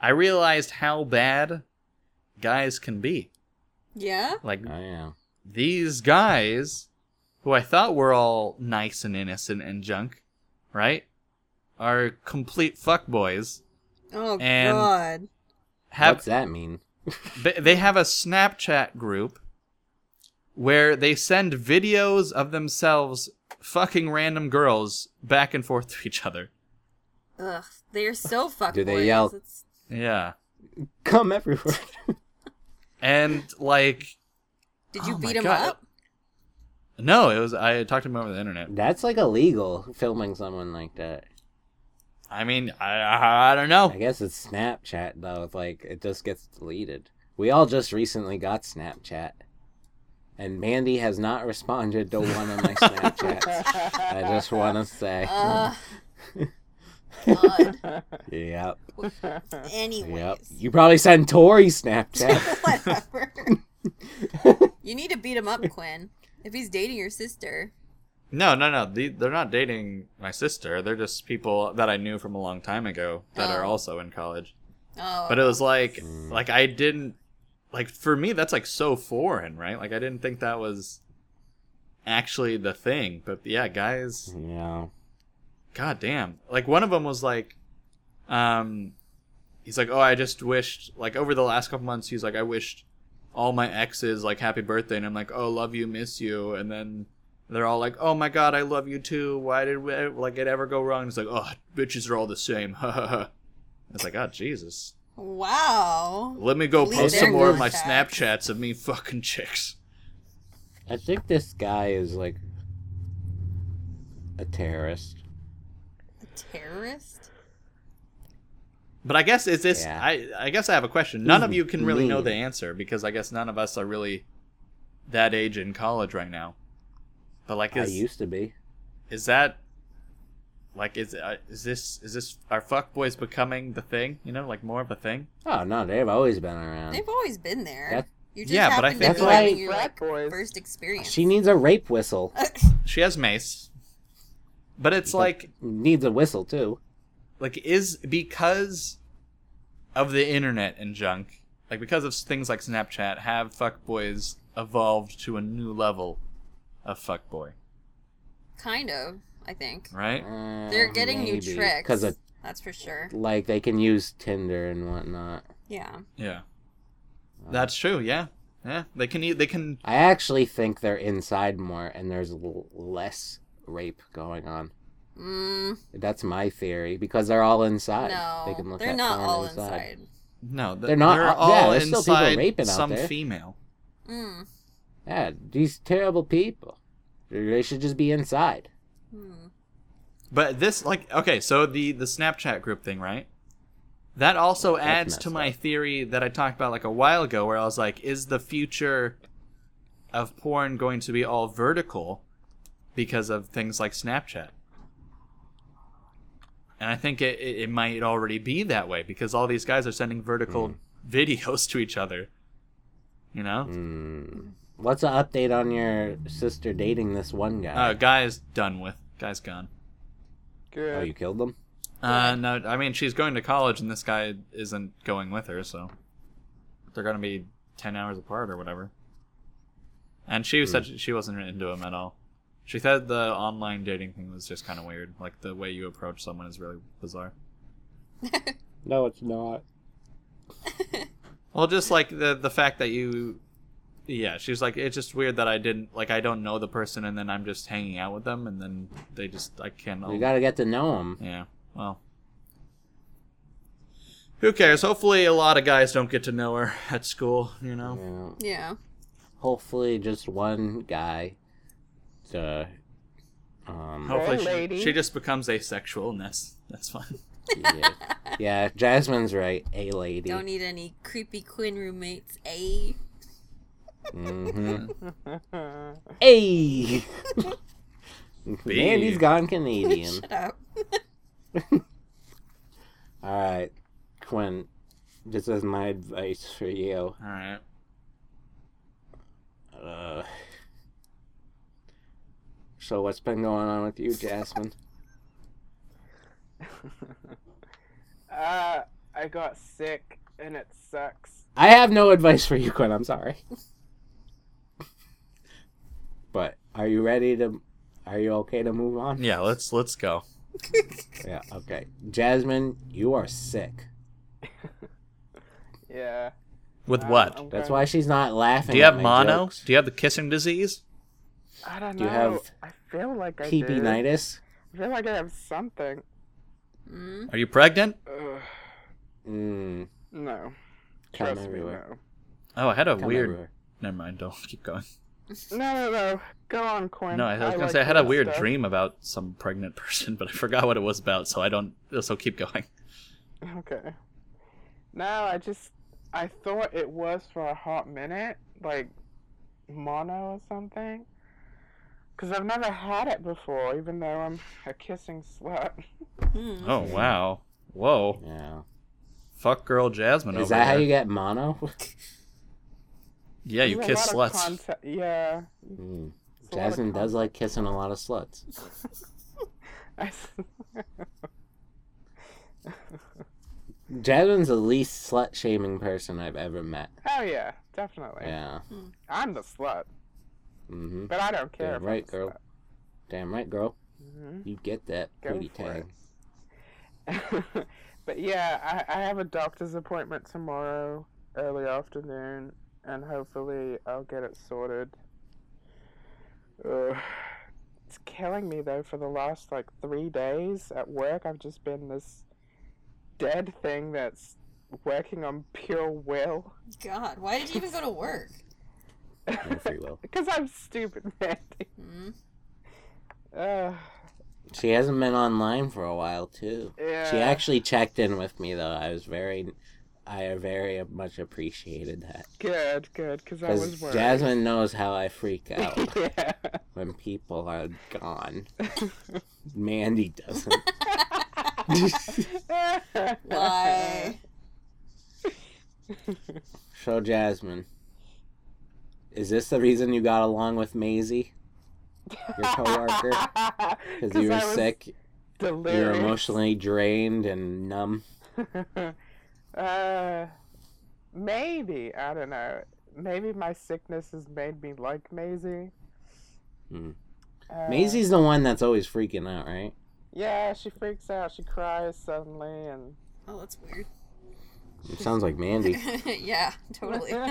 I realized how bad guys can be.
Yeah.
Like
I am.
these guys, who I thought were all nice and innocent and junk, right, are complete fuckboys.
Oh
And-
god.
Have
What's that mean?
they, they have a Snapchat group where they send videos of themselves fucking random girls back and forth to each other.
Ugh, they're so fuckboys.
Do they yell?
It's-
Yeah.
Come everywhere.
And like
Did you
Oh my
beat him
God.
up?
no, it was I talked to him over the internet.
That's like illegal filming someone like that.
I mean, I I, I don't know.
I guess it's Snapchat though. It's like it just gets deleted. We all just recently got Snapchat, and Mandy has not responded to one of my Snapchats. I just want to say,
Ugh. God.
yep,
Anyways.
yep. You probably sent Tori Snapchat.
Whatever. you need to beat him up, Quinn. If he's dating your sister.
No, no, no. The, they're not dating my sister. They're just people that I knew from a long time ago that are
Oh.
also in college.
Oh.
But it was like,
Mm.
like I didn't, like for me that's like so foreign, right? Like I didn't think that was actually the thing. But yeah, guys,
yeah,
god damn. Like one of them was like, um, he's like, oh, I just wished like over the last couple months he's like, I wished all my exes like happy birthday, and I'm like, oh, love you, miss you, and then they're all like, "Oh my god, I love you too. Why did we, like it ever go wrong?" It's like, "Oh, bitches are all the same." it's like, "Oh Jesus,
wow.
let me go
Leave
post
their
some more of my
contacts.
Snapchats of me fucking chicks."
I think this guy is like a terrorist.
A terrorist?
But I guess is this?
Yeah.
I I guess I have a question. None of
Ooh,
you can really know
mean.
the answer because I guess none of us are really that age in college right now. But like,
I
is
used to be.
is that like is uh, is this is this are fuckboys becoming the thing? You know, like more of a thing.
Oh no, they've always been around.
They've always been there.
That's-
you just
Yeah,
yeah,
but I
happened
think
to be
like-
having your like,
Frat boys.
first experience.
She needs a rape whistle.
Uh,
She has mace, but it's
But-
like.
Needs a whistle too.
like is because of the internet and junk like because of things like snapchat have fuckboys evolved to a new level of fuckboy
kind of, I think.
right
They're getting new tricks.
because Uh, of
That's for sure.
like they can use Tinder and whatnot.
Yeah.
yeah
Uh,
that's true yeah yeah they can e- they can
I actually think they're inside more, and there's l- less rape going on.
Mm,
That's my theory because they're all inside.
no.
they can look
They are
at
not
porn
all
inside.
inside.
no th-
They're not-
they're
uh, yeah,
all
there's still people
inside
raping out
some
there.
female
Mm,
Yeah, these terrible people. They they should just be inside.
mm.
but this like okay so the the snapchat group thing right that also
That's
adds to
messed
my
up.
theory that i talked about like a while ago where i was like is the future of porn going to be all vertical because of things like snapchat and i think it, it, it might already be that way because all these guys are sending vertical videos to each other you know
Hmm. What's the update on your sister dating this one guy?
uh, guy's done with guy's gone
Good.
oh, you killed them.
Uh, no, I mean she's going to college, and this guy isn't going with her, so they're gonna be ten hours apart or whatever. And she said she wasn't into him at all. She said the online dating thing was just kind of weird. Like the way you approach someone is really bizarre.
No, it's not.
Well, just like the the fact that you, yeah, she's like it's just weird that I didn't like I don't know the person, and then I'm just hanging out with them, and then they just I can't.
You gotta get to know them.
Yeah. Well. Who cares? Hopefully, a lot of guys don't get to know her at school. You know.
Yeah.
Yeah.
hopefully just one guy to um
Hopefully,
Hey,
she,
lady.
she just becomes asexual, and that's that's fine.
yeah. yeah jasmine's right a lady
Don't e- need any creepy Quinn roommates, eh?
mm-hmm.
That's
hey mandy's gone canadian
Shut up.
all right quinn this is my advice for you
All right.
uh, so what's been going on with you jasmine
uh, I got sick and it sucks.
i have no advice for you quinn i'm sorry but are you ready to are you okay to move on
Yeah. Let's let's go.
Yeah, okay. Jasmine, you are sick.
Yeah. Uh,
With
I
what?
don't-
That's why she's not laughing.
Do you have
at my
mono?
jokes.
Do you have the kissing disease?
I don't
Do
know.
you have
I feel like I do.
PB-nitis?
I feel like I have something.
Mm.
Are you pregnant?
Ugh,
Mm,
no.
Come
Trust me,
everywhere.
no.
Oh, I had a
come
weird.
everywhere.
Never mind. Don't keep going.
No, no, no. Go on, Quinn.
No, I was gonna
like
say I had a weird
weird stuff.
dream about some pregnant person, but I forgot what it was about. So I don't. So keep going.
Okay. No, I just I thought it was for a hot minute, like mono or something. Cause I've never had it before, even though I'm a kissing slut.
Mm.
Oh wow. Whoa.
Yeah.
Fuck, girl, Jasmine.
Is
over
that how
there.
you get mono?
Yeah, you
There's a
kiss
lot
sluts.
of contact- yeah.
Mm.
it's a lot of
Jasmine does like kissing a lot of sluts.
I s-
Jasmine's the least slut shaming person I've ever met.
Hell Oh, yeah, definitely.
Yeah.
I'm the slut,
Mm-hmm.
but I don't care.
Damn
if I'm
right,
the
girl.
slut.
Damn right, girl.
Mhm,
You get that
Go
booty
for
tang.
it. but yeah, I, I have a doctor's appointment tomorrow, early afternoon, and hopefully I'll get it sorted. Ugh. It's killing me though. For the last like three days at work, I've just been this dead thing that's working on pure will.
God, why did you even go to work?
No free will.
Because I'm stupid, Mandy.
Mm.
Uh,
She hasn't been online for a while too.
yeah.
She actually checked in with me though. I was very, I very much appreciated that
Good, good, because I
because
was worried.
Jasmine knows how I freak out
yeah.
when people are gone. Mandy doesn't.
Why?
So Jasmine, is this the reason you got along with Maisie, your coworker? Because you were
I was
sick, you were
Delirious.
emotionally drained and numb.
uh, maybe I don't know. Maybe my sickness has made me like Maisie.
Mm.
Uh,
Maisie's the one that's always freaking out, right?
Yeah, she freaks out. She cries suddenly, and
Oh, that's weird.
It sounds like Mandy.
yeah, totally.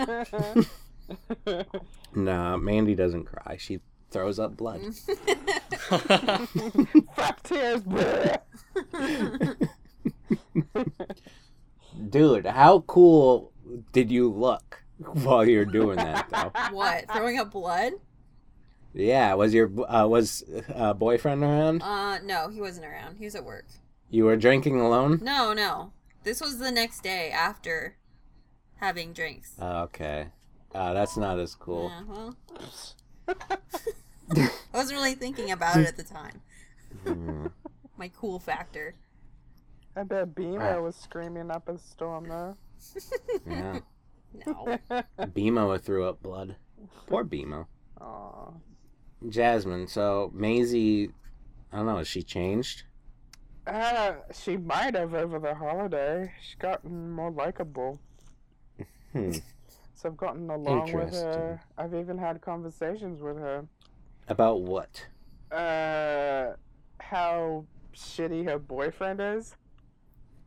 Nah, Mandy doesn't cry. She throws up blood.
Fuck tears. bleh.
Dude, how cool did you look while you're doing that though?
what? Throwing up blood?
yeah, was your uh, was uh, boyfriend around?
Uh, no, he wasn't around. He was at work.
You were drinking alone?
No, no. This was the next day after having drinks.
Oh, okay. Uh, that's not as cool.
Yeah, well. I wasn't really thinking about it at the time.
Hmm.
My cool factor.
I bet
Right.
Beamer was screaming up a storm though.
yeah.
No.
Bemo threw up blood. Poor Bemo.
Aw.
Jasmine, so Maisie, I don't know, has she changed?
Uh, she might have over the holiday. She's gotten more likable.
Hmm.
So I've gotten along with
Interesting.
her. I've even had conversations with her.
About what?
Uh, how shitty her boyfriend is.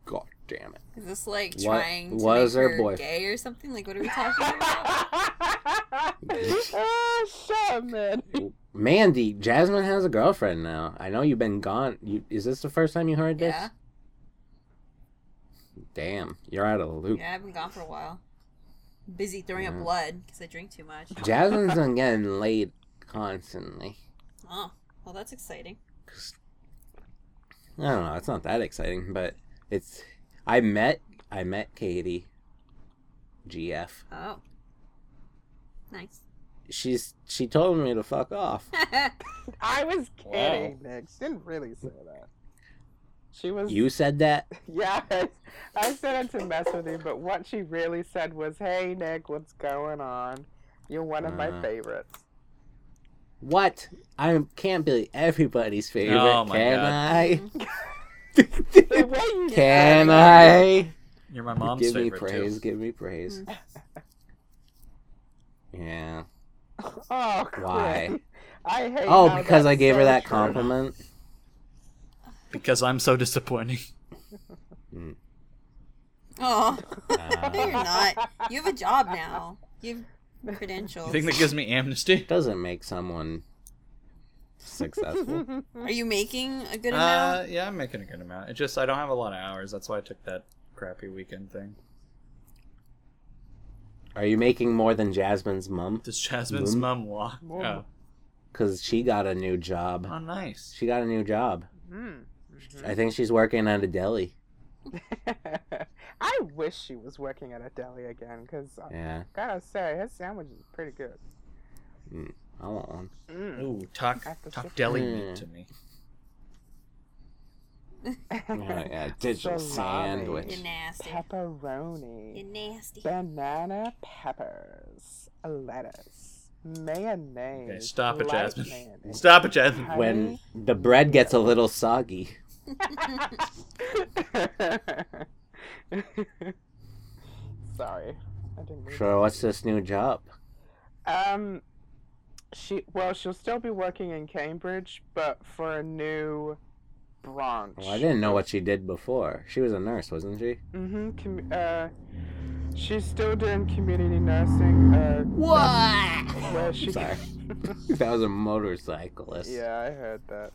God damn it.
Is this like
What
trying to
was
make
her
her
boy-
gay or something? Like, what are we talking about?
oh, shut up, man.
Mandy, Jasmine has a girlfriend now. I know you've been gone. You, is this the first time you heard this?
yeah,
Damn, you're out of the loop.
yeah. I've been gone for a while. Busy throwing
Yeah.
up blood because I drink too much.
Jasmine's been getting laid constantly.
Oh, well, that's exciting.
'Cause- I don't know. It's not that exciting, but it's. I met. I met Katie. GF.
Oh, nice.
She's. She told me to fuck off.
I was
Wow.
kidding, Nick. She didn't really say that. She was.
You said that.
Yeah, I, I said it to mess with you, but what she really said was, "Hey Nick, what's going on? You're one of
Uh.
my favorites."
What? I can't be everybody's favorite.
Oh my
Can
God.
I?
The way you
Can
said
I?
You're my mom's
give me
favorite
praise,
too.
give me praise.
Mm.
yeah.
it- Oh, Chris,
Why?
I hate.
Oh,
how
because I
that's
gave her
so
that
true.
compliment.
Because I'm so disappointing.
Oh, no,
Uh,
you're not. You have a job now. You have credentials.
You think that gives me amnesty?
doesn't make someone successful.
Mm-hmm.
Are you making a good
Uh,
amount?
yeah, I'm making a good amount. It's just I don't have a lot of hours. That's why I took that crappy weekend thing.
Are you making more than Jasmine's mum?
Does Jasmine's
Mum?
mum walk?
Mum.
Oh.
Because she got a new job.
oh, nice.
She got a new job.
Mm.
I think she's working at a deli.
I wish she was working at a deli again, because I
Yeah,
gotta say, his sandwich is pretty good.
I want one.
Mm.
Ooh, talk,
At the
talk
shop.
deli
Mm.
meat to me.
Mm.
Oh, yeah, digital
Salami.
sandwich.
You're nasty. You're
Pepperoni,
nasty.
banana peppers, lettuce, mayonnaise.
Okay, stop it,
light
Jasmine.
mayonnaise.
Stop it, Jasmine.
Honey.
When the bread gets a little soggy.
Sorry, I didn't. mean
So what's this new job?
Um, she well, she'll still be working in Cambridge, but for a new branch.
Well, Oh, I didn't know what she did before. She was a nurse, wasn't she?
Mm-hmm. Com- uh, she's still doing community nursing. Uh,
What?
where she?
Sorry. that was a motorcyclist.
Yeah, I heard that.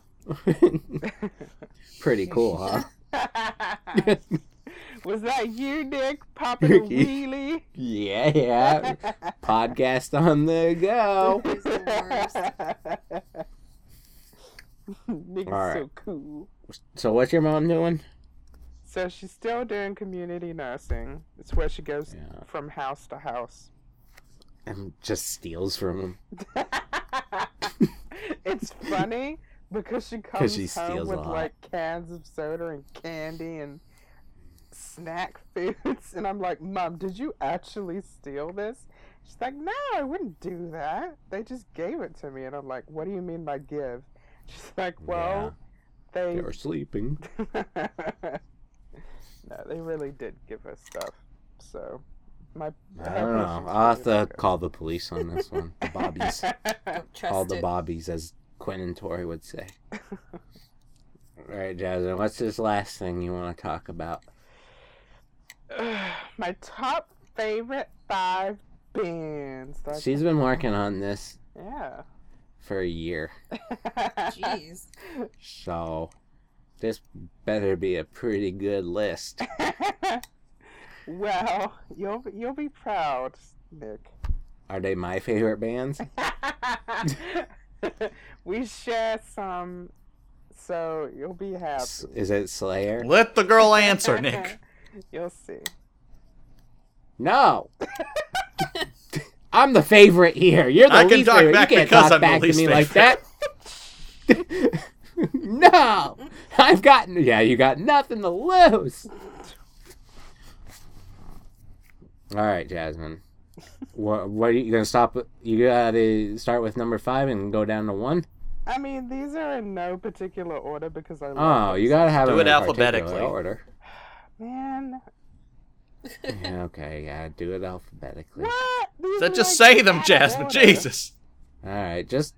Pretty cool, huh?
Was that you, Nick, popping a wheelie?
yeah, yeah. Podcast on the go.
He's the worst.
Nick's
Alright.
so cool.
So what's your mom doing?
So she's still doing community nursing. It's where she goes
Yeah.
from house to house.
And Um, just steals from him.
it's funny because she comes
she
home
steals a
with
lot.
like cans of soda and candy and snack foods, and I'm like, "Mom, did you actually steal this?" She's like, "No, I wouldn't do that. They just gave it to me." And I'm like, "What do you mean by give?" She's like, "Well, they
You're sleeping.
no, they really did give us stuff. So, my
I don't know. I'll have to call the police on this one. The bobbies.
Don't Oh, trust
Call the
it.
bobbies, as Quinn and Tori would say. All right, Jasmine, what's this last thing you want to talk about?
my top favorite five bands. That's,
She's been working on this
yeah.
for a year,
Jeez.
so this better be a pretty good list.
well, you'll you'll be proud, Nick.
Are they my favorite bands?
we share some, so you'll be happy.
S- Is it Slayer?
Let the girl answer, Nick.
You'll see.
No. I'm the favorite here. You're the
I can
least
talk
favorite.
back
you can't
because
talk
I'm the
back to
least
me like
favorite.
that. no, I've got yeah. You got nothing to lose. All right, Jasmine. What, what are you gonna stop? with- You gotta start with number five and go down to one.
I mean, these are in no particular order because I. love
Oh,
them
you
so
gotta have
Do
them
it
in particular
alphabetically.
order.
Man,
Yeah, okay, yeah, do it alphabetically.
what? These
That
are
just
like
say them,
out of
Jasmine.
order.
Jesus.
All right, just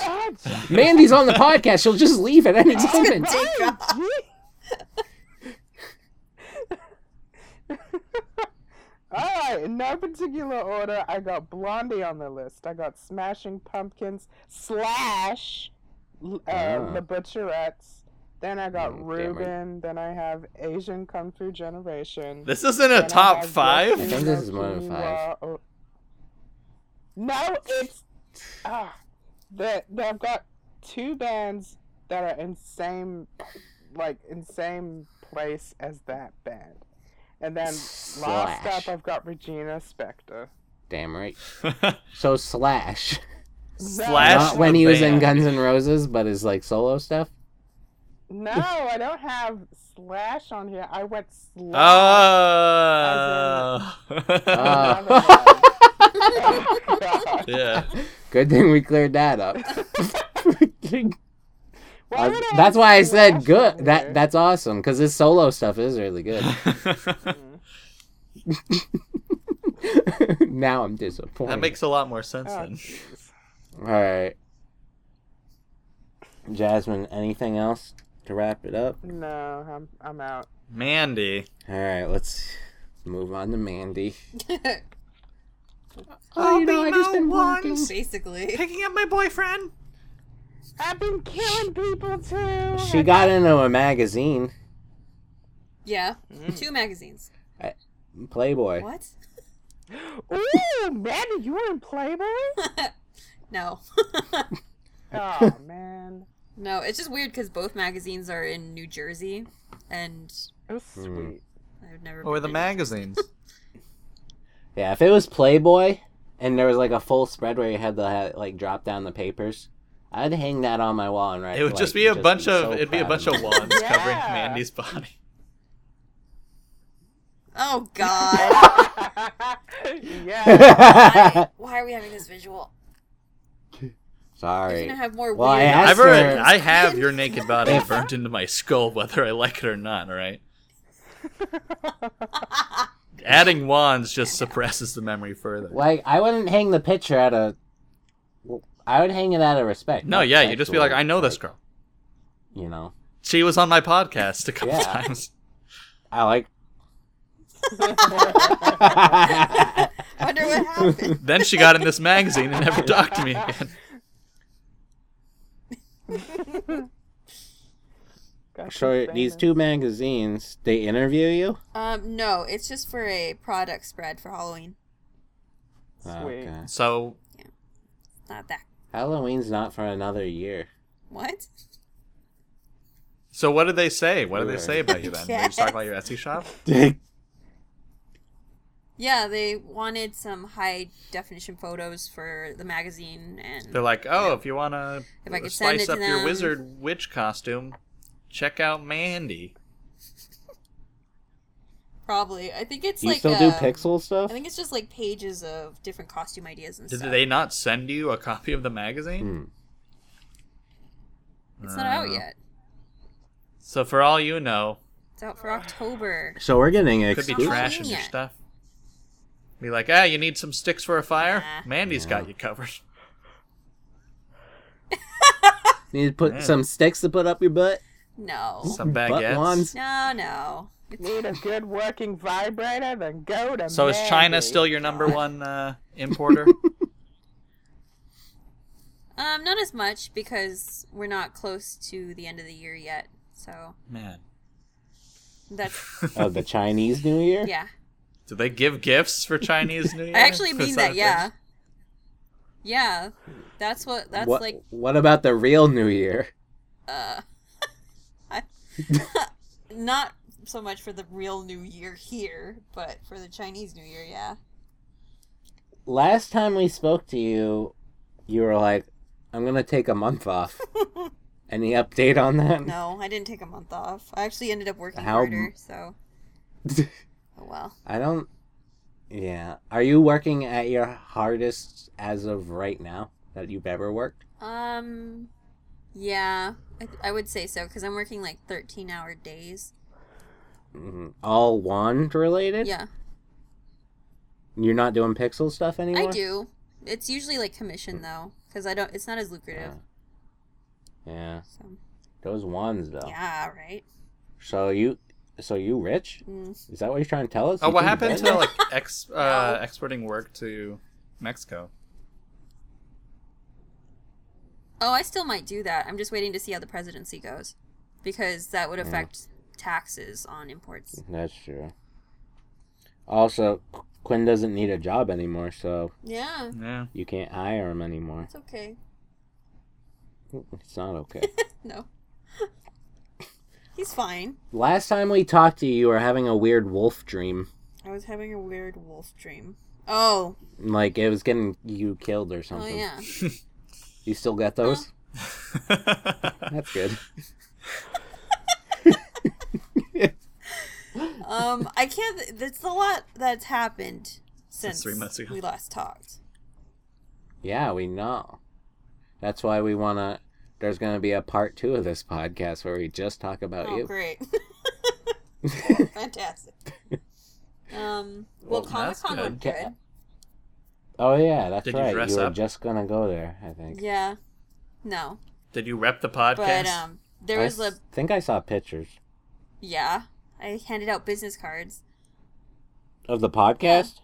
Ah, j-
Mandy's on the podcast. She'll just leave at any moment.
Take drop.
All right, in no particular order, I got Blondie on the list. I got Smashing Pumpkins slash l- uh,
Ah.
The Butcherettes. Then I got
Mm, damn right.
Ruben. Then I have Asian Kung Fu Generation.
This isn't a
Then I
top
have
I
five.
think this is one of
Yoshinori
five.
Wa- No, it's ah, that they've got two bands that are in same, like in same place as that band, and then last
Slash.
up I've got Regina Spektor.
Damn right. So Slash,
Slash
not when
the
he was in
band.
Guns N' Roses, but his like solo stuff.
No, I don't have slash on here. I went slash.
Oh.
Uh,
another one. Oh, God.
yeah.
Good thing we cleared that up.
Why
Uh,
would I
that's
have
why I
Slash
said
on
good. That
here?
that's awesome because his solo stuff is really good. now I'm disappointed.
that makes a lot more sense
Oh,
then.
jeez.
All right, Jasmine. Anything else to wrap it up?
No, I'm I'm out.
Mandy.
All right, let's move on to Mandy.
Oh, you know, I just been
Basically.
Picking up my boyfriend.
I've been killing people too.
She got into a magazine,
Yeah.
Hmm.
Mm.
Two magazines.
Playboy.
What?
Ooh, Mandy, you were in Playboy?
No.
oh man,
no, it's just weird because both magazines are in New Jersey, and
it was sweet.
I've never.
Or Oh, the
been there.
magazines.
Yeah, if it was Playboy and there was like a full spread where you had to ha- like drop down the papers, I'd hang that on my wall and write.
It would
like,
just be a bunch of
so
it'd be a
proud
bunch of wands covering
Yeah.
Mandy's body.
Oh God!
yeah.
Why, why are we having this visual? We're
Sorry.
gonna have more
Well, I
weird.
asked-
I've already,
her-
I have your naked body burnt into my skull, whether I like it or not. All right. Adding wands just suppresses the memory further.
Like I wouldn't hang the picture out of. I would hang it out of respect.
No,
not
yeah, you'd just be like,
sexual,
I know this girl.
You know,
She was on my podcast a couple
Yeah.
times.
I like.
Wonder what happened.
Then she got in this magazine and never talked to me again.
Got
so
some
these
famous-
two magazines, they interview you.
Um, no, it's just for a product spread for Halloween.
Sweet.
Okay.
So
Not that.
Halloween's not for another year.
What?
So what did they say? What did they say about you then? Did you just talk
Yes.
about your Etsy shop?
Yeah, they wanted some high definition photos for the magazine, and
They're like, oh, if you want to
If I could send
slice
it to
up your
them.
wizard witch costume, check out Mandy.
probably I think it's
you
like
still
uh,
do pixel
I
stuff?
think it's just like pages of different costume ideas and
Did
stuff.
they not send you a copy of the magazine?
Hmm.
It's not out
Uh,
yet.
So for all you know,
It's out for October.
So we're getting
could be
exclusive.
Halloween
trash in your
yet.
stuff. Be like, ah, you need some sticks for a fire?
Nah.
Mandy's got you covered.
Need to put
Yeah.
some sticks to put up your butt.
No.
Some
Butt
baguettes.
wands.
No, no. It's,
Need a good working vibrator, then go to.
So is China
Mandy.
still your number one uh, importer?
um, not as much because we're not close to the end of the year yet. So
Man,
that's
of Oh, the Chinese New Year.
yeah.
do they give gifts for Chinese New Year?
I actually
Is
mean
a
that.
thing?
Yeah. Yeah. That's what. That's
what,
like.
what about the real New Year?
Uh, not so much for the real New Year here, but for the Chinese New Year, yeah.
Last time we spoke to you, you were like, "I'm gonna take a month off." Any update on that?
No, I didn't take a month off. I actually ended up working
How-
harder. So. Oh well.
I don't. Yeah. Are you working at your hardest as of right now that you've ever worked?
Um, yeah, I, th- I would say so because I'm working like 13 hour days.
Mhm. All wand related.
Yeah,
You're not doing pixel stuff anymore.
I do. It's usually like commission though because I don't. It's not as lucrative.
Uh, Yeah,
So
those wands though.
yeah, right.
So you, so you rich?
Mm.
Is that what you're trying to tell us?
Oh,
You
what
can
happened
bet?
to like ex uh,
No.
exporting work to Mexico?
Oh, I still might do that. I'm just waiting to see how the presidency goes because that would affect taxes on imports.
That's true. Also, Quinn doesn't need a job anymore, so
Yeah,
Yeah.
you can't hire him anymore.
it's okay.
It's not okay.
No, he's fine.
Last time we talked to you, you were having a weird wolf dream.
I was having a weird wolf dream. Oh,
Like it was getting you killed or
oh
something.
yeah.
You still got those? That's good.
Um, I can't. That's a lot that's happened since
three months ago.
we last talked.
Yeah, we know. That's why we wanna. There's gonna be a part two of this podcast where we just talk about
Oh,
you.
great! Oh, Fantastic. Um,
Well,
well, Comic
that's
Con
good.
was good.
Oh yeah, that's
Did you
right.
dress
were
up?
just gonna go there, I think.
Yeah. No,
Did you rep the
but
podcast?
um, there
I
was a
s- think I saw pictures.
yeah. I handed out business cards.
Of the podcast?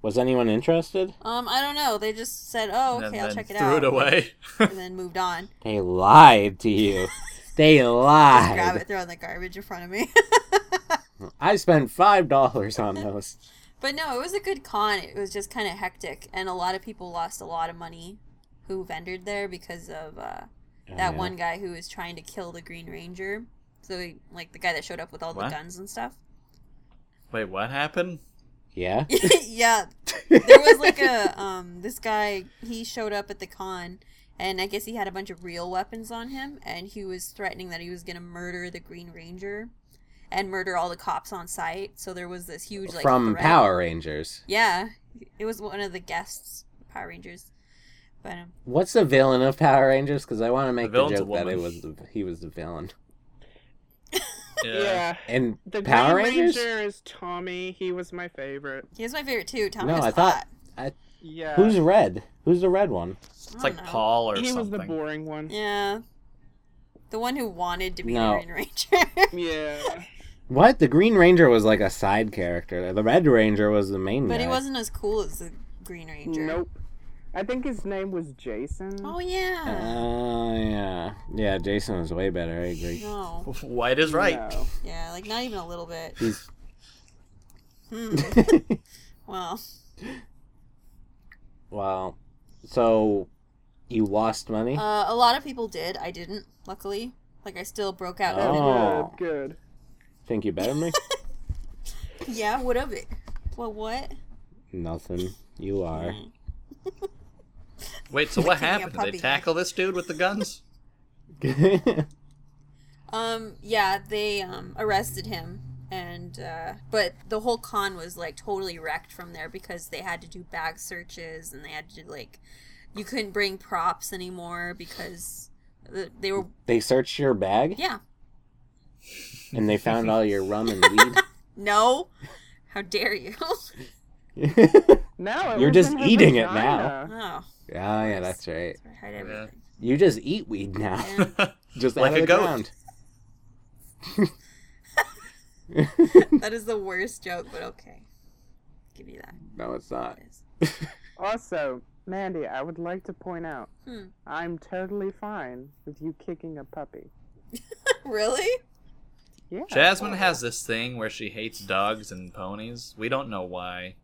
Was anyone interested?
Um, I don't know. They just said, "Oh,
and
okay, I'll check it
threw it
out,"
away.
and then moved on.
They lied to you. they
Just grab
lied.
it, throw it in the garbage in front of me.
I spent five dollars on those.
but no, it was a good con. It was just kind of hectic, and a lot of people lost a lot of money who vendored there because of uh, that
Yeah.
one guy who was trying to kill the Green Ranger. So, he, like the guy that showed up with all the
What?
guns and stuff.
Wait, what happened?
Yeah.
yeah, there was like a um this guy he showed up at the con and I guess he had a bunch of real weapons on him and he was threatening that he was gonna murder the Green Ranger and murder all the cops on site. So there was this huge like
From
threat.
Power Rangers.
Yeah, it was one of the guests Power Rangers, but um,
What's the villain of Power Rangers? Because I want to make the,
villain's a
joke that it
woman.
was the, he was the villain.
Yeah.
And
The
Power
Green
Rangers.
Ranger is Tommy. He was my favorite.
he was my favorite too. Tommy
No,
was
I thought.
hot.
I,
Uh,
Yeah.
who's red? Who's the red one?
It's like
don't know.
Paul or
he was
something.
the boring one.
Yeah, the one who wanted to be
No.
the Green Ranger.
Yeah.
What? The Green Ranger was like a side character. The Red Ranger was the main.
But
guy.
he wasn't as cool as the Green Ranger.
nope. I think his name was Jason.
Oh yeah.
Oh yeah, yeah. Jason was way better. I agree.
no.
White is right.
No.
Yeah, like not even a little bit.
He's
Hmm. Well,
wow. So you lost money.
uh, a lot of people did. I didn't, luckily. Like I still broke out.
Oh. Oh.
Good, good.
Think you better me?
Yeah. What of it? Well, what?
Nothing. You are.
Wait, so what
Give me a
happened? Did
puppy.
they tackle this dude with the guns?
Mm. Um. Yeah. They um arrested him, and uh, but the whole con was like totally wrecked from there because they had to do bag searches and they had to do, like, you couldn't bring props anymore because the- they were
they searched your bag
yeah
and they found all your rum and
no. How dare you? Oh,
weed.
Now it
You're
was
just
in her
eating it
vagina.
oh,
Ah, yeah, that's right.
I hide everything.
You just eat weed now.
Yeah.
just
Like
out of
a
the
goat.
ground.
That is the worst joke, but okay. Give you that.
No, it's not.
It is.
Also, Mandy, I would like to point out
Hmm.
I'm totally fine with you kicking a puppy.
Really?
Yeah.
Jasmine has this thing where she hates dogs and ponies. We don't know why.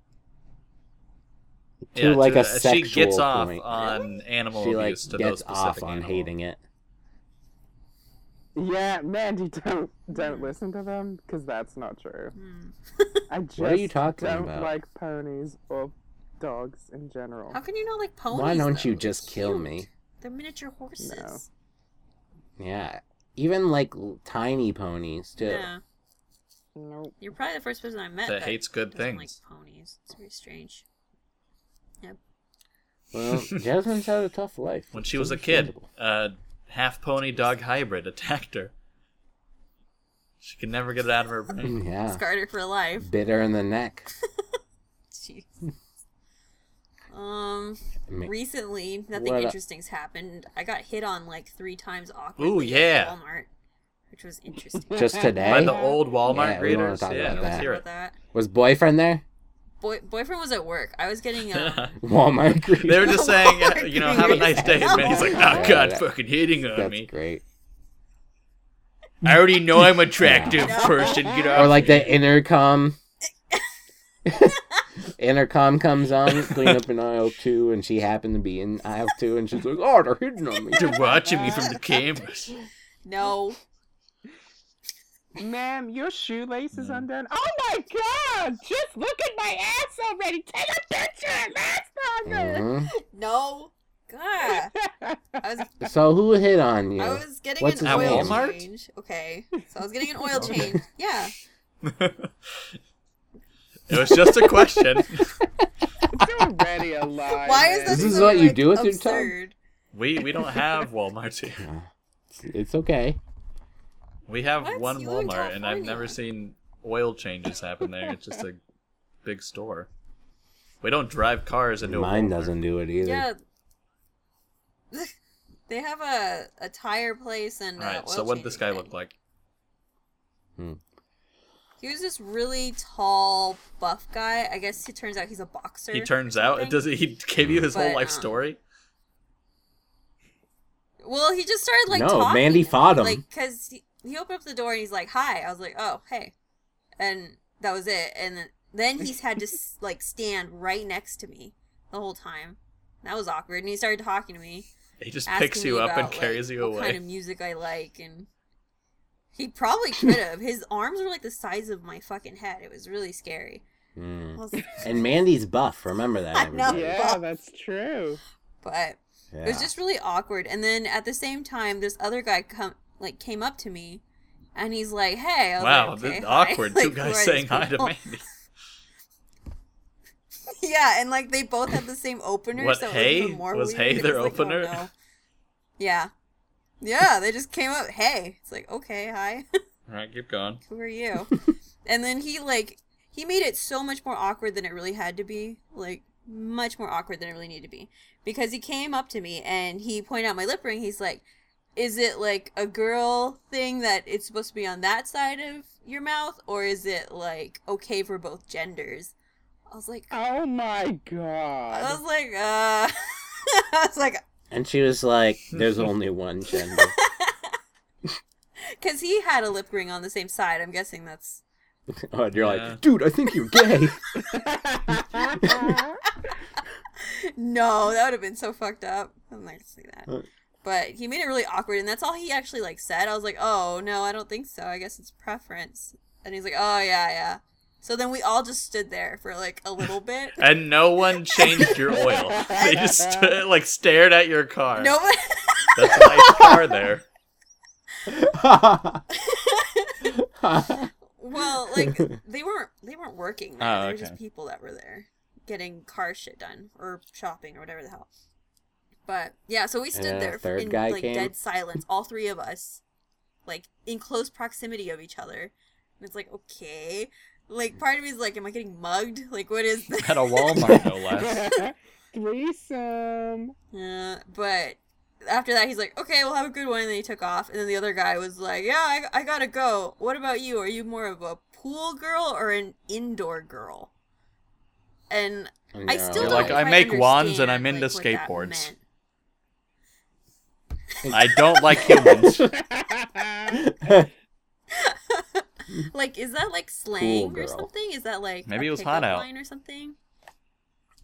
To like a
the-
sexual
she gets off
point.
on animal
She like
abuse to those
gets
specific
off on
animals.
hating it.
Yeah, Mandy, don't
Hmm.
don't listen to them because that's not true.
Hmm.
I just
are you talking
don't
about?
like ponies or dogs in general.
How can you not like ponies?
Why don't you
though?
just
They're
kill
cute.
me?
They're miniature horses.
Yeah. Even like l- tiny ponies too.
Yeah.
Nope.
You're probably the first person I met
That hates good
doesn't
things.
Like ponies. It's very strange.
Well, Jasmine's had a tough life.
When
It's
she was a kid,
understandable.
a half pony dog hybrid attacked her. She could never get it out of her brain.
Yeah.
Scarred her for life.
Bit her in the neck.
Jeez. um.
I mean,
Recently, nothing
What a-
interesting's happened. I got hit on like three times awkwardly
Ooh,
at
yeah.
Walmart, which was interesting.
Just today?
By the old Walmart
Yeah, we wanna
readers.
talk
Yeah,
about
let's
that.
hear
About
it.
that.
Was boyfriend there?
Boy, boyfriend was at work. I was getting um,
Walmart.
They were just saying, uh,
Walmart
you know, have a nice day. And Mandy's like, oh,
Yeah,
God,
that-
fucking hitting on
That's
me.
great.
I already know I'm attractive
Yeah.
person. Get off
Or like
me.
the intercom. intercom comes on, clean up in aisle two, and she happened to be in aisle two, and she's like, "Oh, they're hitting on me."
They're watching me from the cameras.
no.
Ma'am, your shoelace
Hmm.
is undone. Oh my god! Just look at my ass already! Take a picture! That's not
Mhm.
No. God.
Mm-hmm.
I was
So who hit on you?
I was getting
What's
an
his
oil
name? Walmart?
change. Okay. So I was getting an oil change. Yeah.
It was just a question.
It's already a lie.
Why is that
This is
so,
what you
like,
do with your tongue?
absurd?
We we don't have Walmart here.
It's okay.
We have
What?
one
You live in
Walmart, and I've never
California.
seen oil changes happen there. It's just a big store. We don't drive cars into a
Mine
Walmart.
doesn't do it either.
Yeah. they have a, a tire place and
All right.
a oil
So what
change
did this guy
thing.
look like?
He was this really tall, buff guy. I guess it turns out he's a boxer.
He turns out it does. He gave you his whole
But,
life
um,
story.
Well, he just started like
No,
talking.
Mandy fought him.
Like, cause he, he opened up the door and he's like, "Hi." I was like, "Oh, hey," and that was it. And then- then he's had to s- like stand right next to me the whole time. That was awkward. And he started talking to me,
He just
asking
picks
me
you up and
about, like,
carries you
what
away.
kind of music I like, and he probably could have. His arms were like the size of my fucking head. It was really scary. I
Mm.
was like,
And Mandy's buff. Remember that.
I know.
everybody.
Yeah, that's true.
but
Yeah.
It was just really awkward. And then at the same time, this other guy come like came up to me, and he's like, "Hey." I was
wow,
like,
this
"Okay, hi."
awkward.
Like,
Two
who
guys
are
saying
these
hi to
people?
Mandy.
yeah, and like they both had the same opener.
What,
so it was
hey?
even more
Was
weird.
hey
It
their
like, oh,
opener?
no. Yeah, yeah. They just came up. Hey, it's like okay, hi.
All right, keep going.
Who are you? and then he like he made it so much more awkward than it really had to be. Like much more awkward than it really needed to be. Because he came up to me and he pointed out my lip ring. He's like, "Is it like a girl thing that it's supposed to be on that side of your mouth or is it like okay for both genders?" I was like
Oh my
I was
god.
like uh I was like
And she was like, "There's only one gender."
cuz he had a lip ring on the same side. I'm guessing that's
oh, and you're
Yeah.
like, "Dude, I think you're gay."
no, that would have been so fucked up. I'm not gonna say
Uh.
that. But he made it really awkward, and that's all he actually like said. I was like, "Oh no, I don't think so. I guess it's preference." And he's like, "Oh yeah, yeah." So then we all just stood there for like a little bit.
And no one changed your oil. They just st- like stared at your car.
no,
That's a nice car there.
well, like they weren't they weren't working. There.
Oh,
they were
okay.
just people that were there getting car shit done or shopping or whatever the hell. But yeah, so we stood
then a
there
third
in
guy
like
came.
dead silence, all three of us, like in close proximity of each other, and it's like okay, like part of me is like, am I getting mugged? Like what is this?
At a Walmart, no less.
Threesome.
Uh, but after that, he's like, okay, we'll have a good one. And then he took off. And then the other guy was like, yeah, I, I gotta go. What about you? Are you more of a pool girl or an indoor girl? And I still
You're
don't
like,
quite
I make wands and
understand,
I'm into
like, what that
skateboards.
meant.
I don't like humans.
Like, is that like slang or
girl.
something? Is that like
Maybe
a
it was
pickup
hot out.
line or something?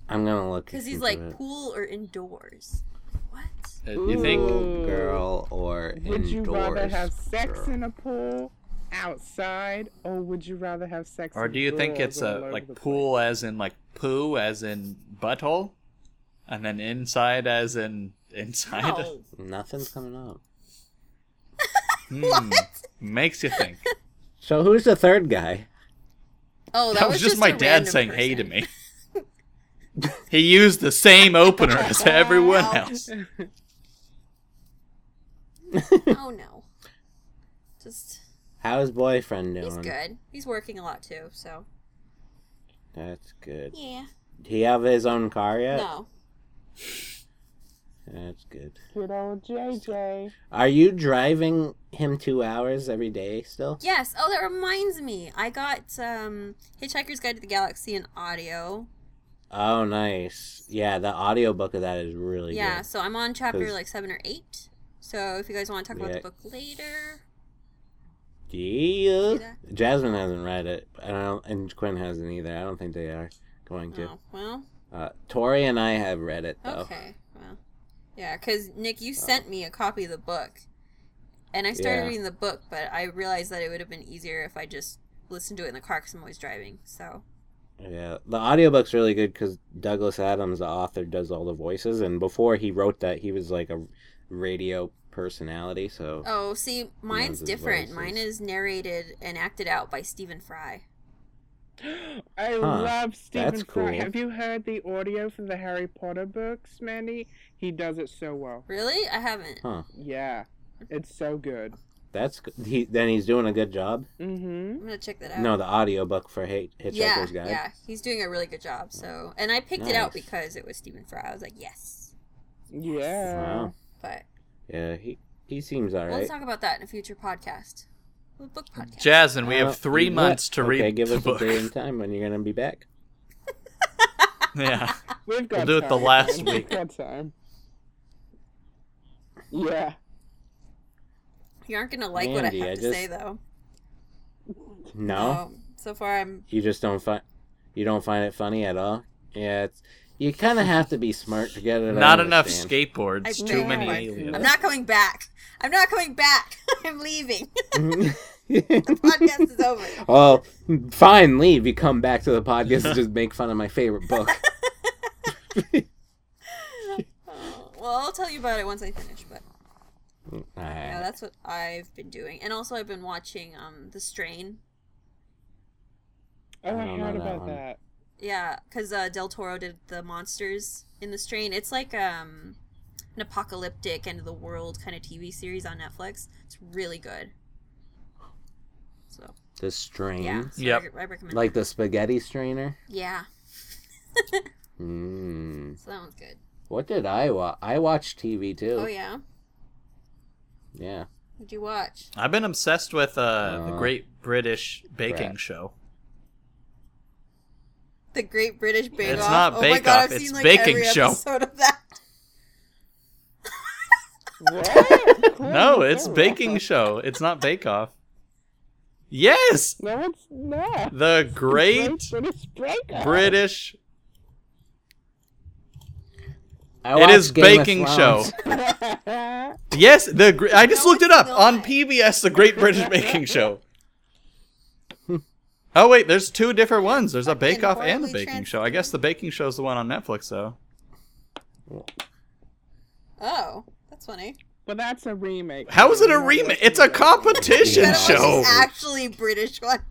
I'm gonna look.
Because he's
into
like
it.
pool or indoors. What?
Uh, You think?
Ooh.
Pool girl or
Would
indoors?
you rather have sex
girl?
in a pool, outside, or would you rather have sex?
Or
with
do you think
girls
it's
all
a
over
like
the
pool as in like poo as in butthole? And then inside as in inside?
No.
Nothing's coming up.
Hmm. Makes you think.
So who's the third guy?
Oh, that,
That, was just,
a
my dad
random
saying hey to
person.
me. he used the same opener as everyone else.
oh no. Just
How's boyfriend doing?
he's good. He's working a lot too, so
That's good.
yeah.
Do he have his own car yet?
No.
That's good.
Good old JJ.
Are you driving him two hours every day still?
Yes. Oh, that reminds me. I got um Hitchhiker's Guide to the Galaxy in audio.
Oh, nice. Yeah, the audiobook of that is really
yeah,
good.
so I'm on chapter
'Cause-
like 7 or 8. So if you guys want to talk about
Yeah.
the book later.
Yeah.
that?
Jasmine hasn't read it, and, I don't, and Quinn hasn't either. I don't think they are going to.
Oh, well.
Uh, Tori and I have read it though.
Okay. Well. Yeah, cuz Nick you sent me a copy of the book. And I started
Oh. Yeah.
reading the book, but I realized that it would have been easier if I just listened to it in the car cuz I'm always driving. So,
Yeah, the audiobook's really good because Douglas Adams, the author, does all the voices. And before he wrote that, he was like a radio personality. So
Oh, see, mine's
his
different.
voices.
Mine is narrated and acted out by Stephen Fry.
I love Stephen
that's
Fry.
cool.
Have you heard the audio for the Harry Potter books, Mandy? He does it so well.
Really? I haven't.
Huh.
Yeah, it's so good.
that's good. He, then he's doing a good job.
Mm-hmm.
I'm gonna check that out.
No, the audiobook for Hate
yeah,
Hitchhiker's Guide.
yeah, he's doing a really good job. So, and I picked it out
Nice.
because it was Stephen Fry. I was like, yes.
Yeah.
Wow.
But
Yeah, he he seems all
we'll
right.
talk about that in a future podcast. The book podcast.
Jasmine, we
Uh,
have three
what?
months to
Okay,
read
give
the
us
book.
a day and time when you're gonna be back.
yeah.
We've got
do it the
time,
last
man. We've
week.
got time. Yeah.
You aren't gonna like what I
Mandy,
have
I
to
just-
say though.
No,
Oh, so far, I'm.
you just don't find you don't find it funny at all. Yeah, it's you kind of have to be smart to get it. I
Not enough
understand.
skateboards,
I
too
know.
many
I'm
aliens.
I'm not coming back. I'm not coming back. I'm leaving. Podcast is over.
well, fine, leave. You come back to the podcast and just make fun of my favorite book.
Oh, well, I'll tell you about it once I finish. But yeah,
Alright.
that's what I've been doing, and also I've been watching um The Strain.
Oh, I,
don't know
heard
that
about
one.
that.
Yeah, because uh, Del Toro did the monsters in The Strain. It's like um an apocalyptic end of the world kind of TV series on Netflix. It's really good. So
The strain,
yeah, so
Yep.
I, re- I recommend.
Mm-hmm. like the spaghetti strainer.
yeah,
Mm.
so that one's good.
What did I watch? I watched TV too.
Oh yeah,
yeah.
what'd you watch?
I've been obsessed with uh, the
Uh,
Great British Baking
crap.
Show.
The Great British Bake
It's
Off.
not
oh my
Bake
god,
Off,
I've
it's
seen like
baking
every
show.
episode of that.
What?
No,
Clearly
it's
so
Baking
wrong.
Show. It's not Bake Off. Yes,
No, it's not.
the Great
It's British Bake Off.
British.
I
It is
watched Game of
baking show.
Thrones.
Yes, the gr- I just
No,
looked it
it's
up on
not.
PBS, the Great British Baking Show. Oh wait, there's two different ones. There's a Bake Off and the
horribly
Baking Show. I guess the Baking Show is the one on Netflix, though.
Oh, that's funny.
but that's a remake.
How is it a remake? It's a competition
Yeah.
But it
show.
was actually British one.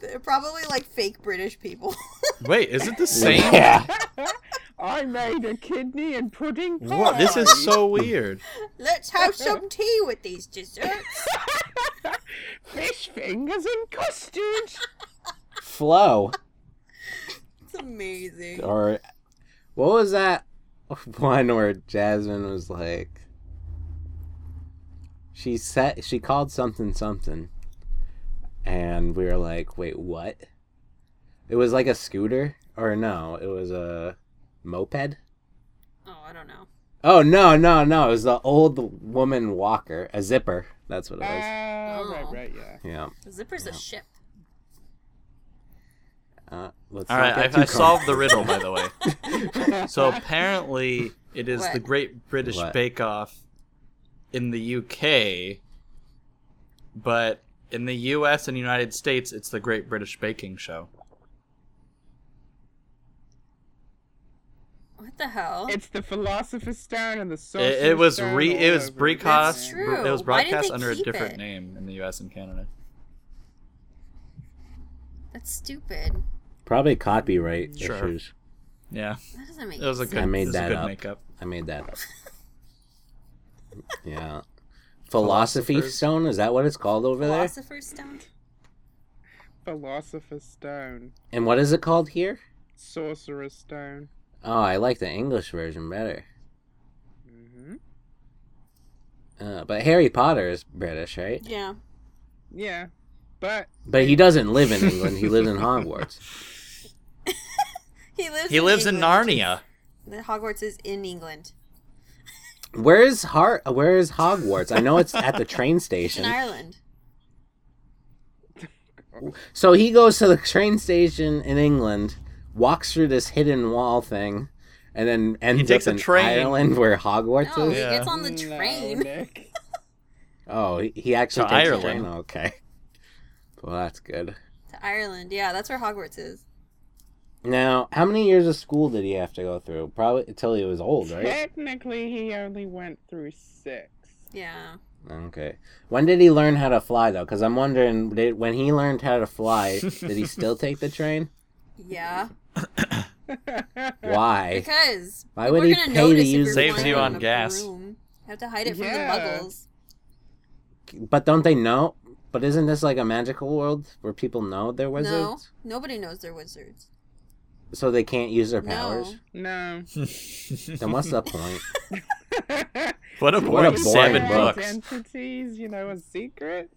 They're probably like fake British people.
Wait, is it the same?
Yeah.
I made a kidney and pudding pie.
What? This is so weird.
Let's have some tea with these desserts.
Fish fingers and custard.
Flow.
It's amazing.
Or what was that one where Jasmine was like she said she called something something and we were like, "Wait, what?" It was like a scooter or no, it was a moped.
Oh, I don't know.
Oh no, no, no, it was the old woman walker, a zipper. That's what it
Oh,
was.
right,
Oh.
right, yeah.
Yeah.
Zipper's a ship.
Uh, let's
All
not
right,
get
I,
too
I solved the
complicated.
riddle, by the way. So apparently, it is
What?
the Great British
What?
Bake Off in the UK, but in the US and United States, it's the Great British Baking Show.
What the hell?
It's the Philosopher's Stone and the
It,
Sorcerer's
it was
Stone
re
all
it was
over
broadcast
That's
again.
true.
it was
Why didn't
broadcast
they
under a
keep
different
it?
name in the US and Canada.
That's stupid.
Probably copyright
Sure.
issues.
Yeah,
That doesn't make
it was a
sense.
good,
I made
it was a
that
good
up.
makeup.
I made that up. yeah. Philosophy
Philosophers.
Stone, is that what it's called over there?
Philosopher's Stone?
Philosopher's Stone,
And what is it called here?
Sorcerer's Stone.
Oh, I like the English version better.
Mm-hmm.
hmm
Uh, but Harry Potter is British, right?
Yeah.
Yeah, but
But he doesn't live in England, he lives in Hogwarts.
He lives
He lives in
England, which
Narnia.
is- The Hogwarts is in England.
Where is Har- where is Hogwarts? I know it's at the train
It's in
station.
Ireland.
So he goes to the train station in England, walks through this hidden wall thing, and then ends
takes
up
a
in
train.
Ireland where Hogwarts
No,
is.
Yeah.
he gets on the
No,
train.
Nick.
Oh, he, he actually
To
takes
Ireland.
a train. Okay. Well, that's good.
to Ireland. Yeah, that's where Hogwarts is.
Now, how many years of school did he have to go through? Probably until he was old, right?
Technically, he only went through six.
Yeah.
Okay. When did he learn how to fly though? Because I'm wondering, did, when he learned how to fly, did he still take the train?
Yeah.
Why?
Because
Why
people
would
are
he
gonna
pay to
notice if
use
you're
the Saves
flying
you on
a
gas.
broom. You have to hide it from
Yeah.
the muggles.
But don't they know? But isn't this like a magical world where people know they're wizards,
No, nobody knows they're wizards.
so they can't use their
No.
powers?
no.
Then what's the point?
What a boring,
boring
seven
book.
books.
Identities, you know, a secret.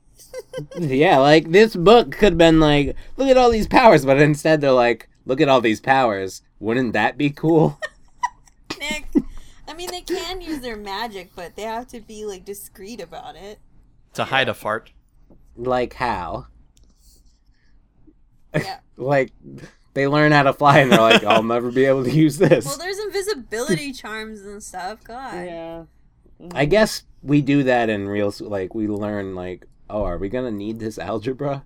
yeah, like this book could have been like, look at all these powers, but instead they're like, look at all these powers. Wouldn't that be cool?
Nick. I mean, they can use their magic, but they have to be like discreet about it.
to hide a fart.
like how?
Yeah.
Like they learn how to fly and they're like, I'll never be able to use this.
Well, there's invisibility charms and stuff. God.
Yeah.
I guess we do that in real s- like we learn like, oh, are we gonna need this algebra?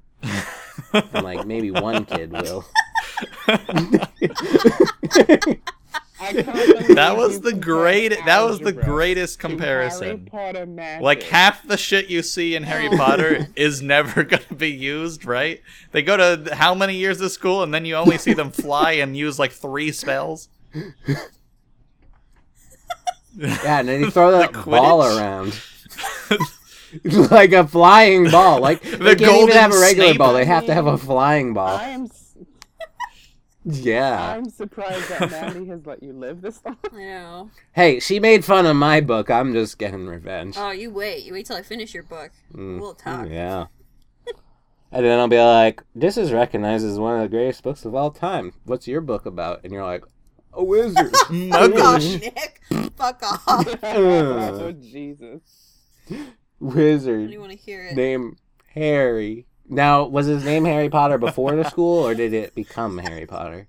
And like maybe one kid will.
I can't believe
That
you
was the
compared
great. That was the
algebra to
greatest
Harry
comparison.
Potter magic.
Like half the shit you see in Harry
Oh,
Potter is never gonna be used, right? They go to how many years of school, and then you only see them fly and use like three spells.
Yeah, and then you throw that
Quidditch?
ball around. like a flying ball. Like they can't even
golden
have a regular
Snape.
ball. They have to have a flying ball.
I'm s-
Yeah.
I'm surprised that Mandy has let you live this long.
I know.
Hey, she made fun of my book. I'm just getting revenge.
Oh, you wait. You wait till I finish your book.
Mm.
We'll talk.
Yeah. And then I'll be like, this is recognized as one of the greatest books of all time. What's your book about? And you're like, a wizard. Oh,
Fuck off,
Muggles.
Nick. Fuck off.
oh Jesus!
I don't
wizard.
want to hear it.
Name Harry. Now, was his name Harry Potter before the school, or did it become Harry Potter?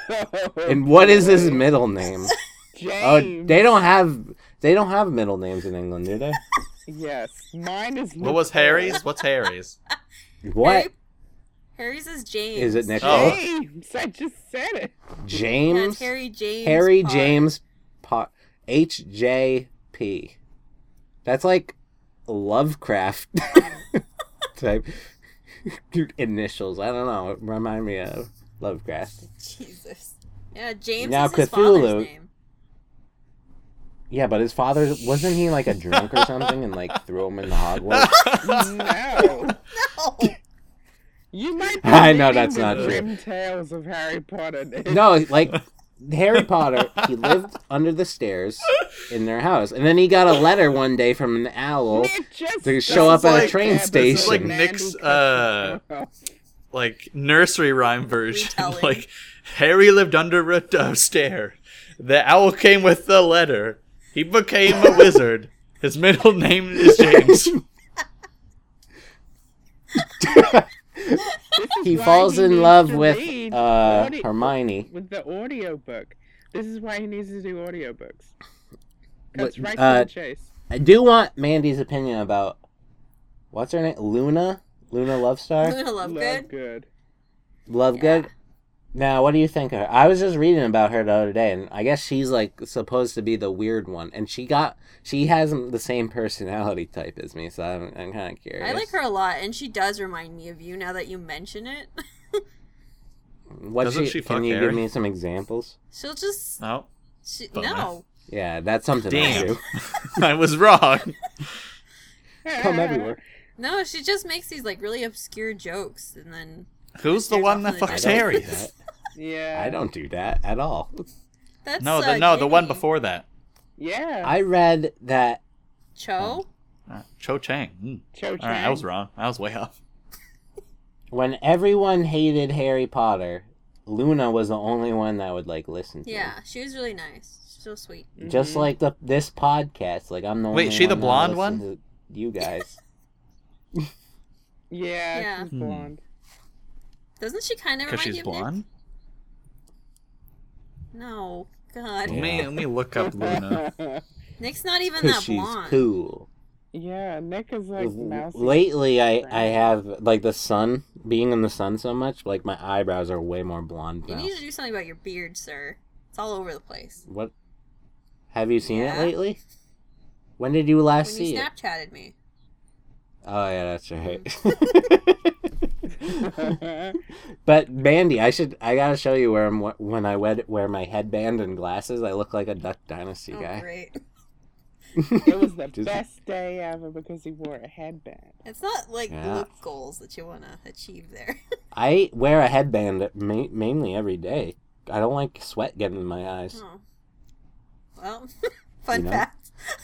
And what is his middle name? Oh,
James.
they don't have they don't have middle names in England, do they?
Yes, mine is.
What was
Nicole.
Harry's? What's Harry's?
What
Harry- Harry's is James.
is it, Nicole?
Oh.
James. I just said it.
Yeah, it's
James
Harry James.
Harry
Potter.
James Pot HJP. That's like Lovecraft type initials. I don't know. It Remind me of Lovecraft.
Jesus. Yeah, James
Now
is his father's
Cthulhu-
name.
Yeah, but his father wasn't he like a drunk or something and like threw him in the Hogwarts?
No,
No.
you might. Be
I know
reading
that's
the
not true.
Grim Tales of Harry Potter. Nick.
No, like Harry Potter, he lived under the stairs in their house. And then he got a letter one day from an owl.
Nick, just
They show
up at a train
station. like
Nick's, uh, like nursery rhyme version.
Retelling.
like Harry lived under a d- stair. The owl came with the letter. He became a wizard. His middle name is James.
He
why
falls
he
in
needs
love
to
with
read
uh,
Hermione.
Hermione.
with the audiobook. This is why he needs to do audiobooks.
What-
That's right
uh,
to the chase.
I do want Mandy's opinion about what's her name? Luna? Luna Lovestar?
Luna
Love
Lovegood.
good.
Lovegood? Now, what do you think of her? I was just reading about her the other day, and I guess she's like supposed to be the weird one, and she got she hasn't the same personality type as me, so I'm, I'm kind of curious.
I like her a lot, and she does remind me of you now that you mention it.
What
Doesn't
she,
she fuck
Can you give
Harry?
me some examples?
She'll just.
No,
She,
Bummer.
no.
Yeah, that's something I
Damn.
do.
I was wrong.
Come everywhere.
No, she just makes these like really obscure jokes, and then
Who's the one that
I
fucks
don't do
Harry?
that.
Yeah.
I don't do that at all.
that's
No,
uh,
the, no, the one
Ginny.
before that.
Yeah.
I read that
Cho.
Uh, Cho Chang. Mm.
Cho
All right, I was wrong. I was way off.
when everyone hated Harry Potter, Luna was the only one that would like listen to.
Yeah, she was really nice. So sweet.
him. Just
Mm-hmm.
like the this podcast, like I'm the
Mm-hmm. Wait,
only
she the
one that
blonde
listens to You guys.
Yeah.
Yeah.
She's
Hmm.
blonde.
Doesn't she kind of
Because
remind
she's
you of Nick?
blonde?
No, God,
Let, me,
Yeah.
let me look up Luna.
Nick's not even
Because
that
she's
blonde.
cool.
yeah. Nick is like
L-
mousy.
Lately, I I have like the sun being in the sun so much, like my eyebrows are way more blonde
You
now.
need to do something about your beard, sir. It's all over the place.
What? Have you seen
Yeah.
it lately? When did you last
when
see
you
it?
Snapchatted me.
Oh yeah, that's right. but Mandy, I should I gotta show you where I'm when I wed, wear my headband and glasses. I look like a Duck Dynasty
Oh,
guy.
great.
it was the
Just-
best day ever because he wore a headband.
It's not like
Yeah.
look goals that you want to achieve there.
I wear a headband ma- mainly every day. I don't like sweat getting in my eyes.
oh. Well, fun
You know?
fact.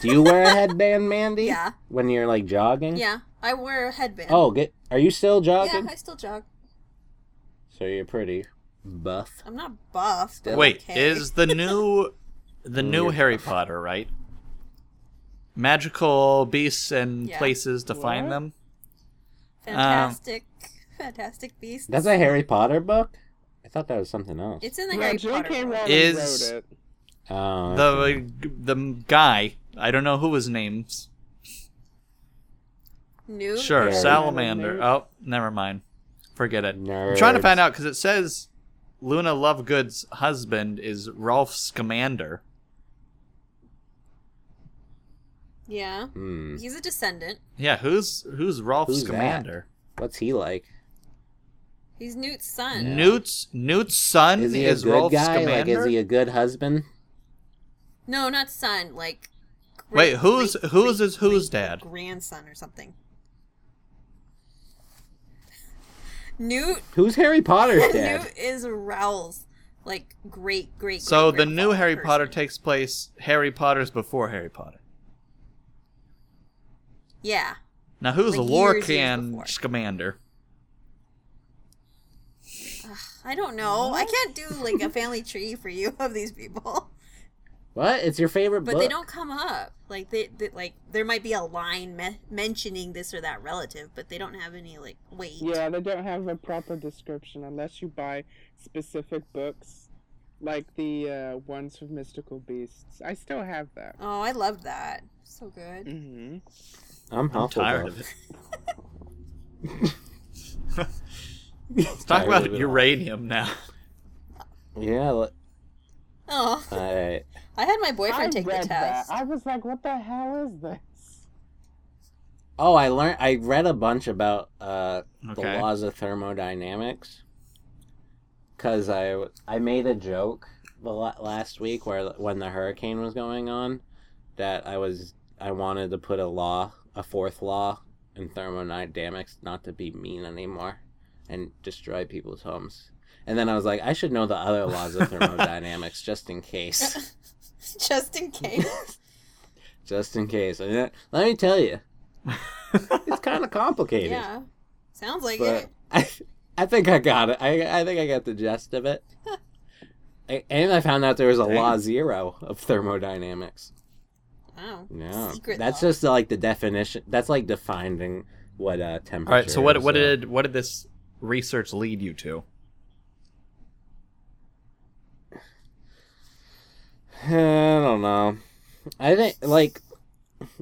Do you wear a headband, Mandy?
Yeah.
When you're like jogging?
Yeah. I wear a headband.
Oh, get, are you still
yeah,
jogging?
I still jog.
So you're pretty buff.
I'm not buff. But
Wait,
okay.
is the new the new Harry Potter right? Magical beasts and
Yeah.
places to find
What?
them. um,
fantastic, fantastic beast?
That's a Harry Potter book? I thought that was something else.
It's in the
No,
Harry
J.K.
Potter. book.
Rowling
Is-
wrote it.
Oh, okay.
The the guy, I don't know who his name's.
New.
Sure,
Harry.
salamander. Oh, never mind. Forget it. I'm trying to
Nerds.
find out because it says Luna Lovegood's husband is Rolf Scamander.
Yeah.
Mm.
Hmm.
He's a descendant.
Yeah, who's who's Rolf
Who's that?
Scamander?
What's he like?
He's Newt's son.
Yeah.
Newt's Newt's son
Is he a
is
good
Rolf
guy?
Scamander.
Like, is he a good husband?
No, not son. Like.
Wait, who's-
great-
who's is
great-
who's
great
dad?
Grandson or something. Newt.
Who's Harry Potter's dad?
Newt is Rowell's like great great.
So the new
great-grandfather
Harry
person.
Potter takes place. Harry Potter's before Harry Potter.
yeah.
Now who's
Like, years, years
Lorcan
before.
Scamander?
I don't know. I can't do like a family tree for you of these people.
What? It's your favorite
But
book?
they don't come up. Like they, they like there might be a line me- mentioning this or that relative, but they don't have any like weight.
Yeah, they don't have a proper description unless you buy specific books, like the uh, ones with mystical beasts. I still have that.
Oh, I loved that. So good.
Mm-hmm.
I'm,
I'm tired
Hufflepuff.
of it. Let's talk about
of it all.
uranium now.
Yeah. l-
Oh,
Alright.
I had my boyfriend
I
take the
read that.
test.
I was like, what the hell is this?
Oh, I learned. I read a bunch about uh,
Okay.
the laws of thermodynamics because I w- I made a joke the la- last week where when the hurricane was going on that I was I wanted to put a law a fourth law in thermodynamics not to be mean anymore and destroy people's homes. And then I was like, I should know the other laws of thermodynamics just in case.
Just in case.
Just in case. And that, let me tell you, it's kind of complicated.
yeah. Sounds like
but
it.
I, I think I got it. I, I think I got the gist of it. I, and I found out there was a law
Dang.
zero of thermodynamics.
Wow.
Yeah,
Secret
that's
law.
just like the definition. That's like defining what uh temperature.
All right. So what
is,
what
uh,
did what did this research lead you to?
I don't know. I think like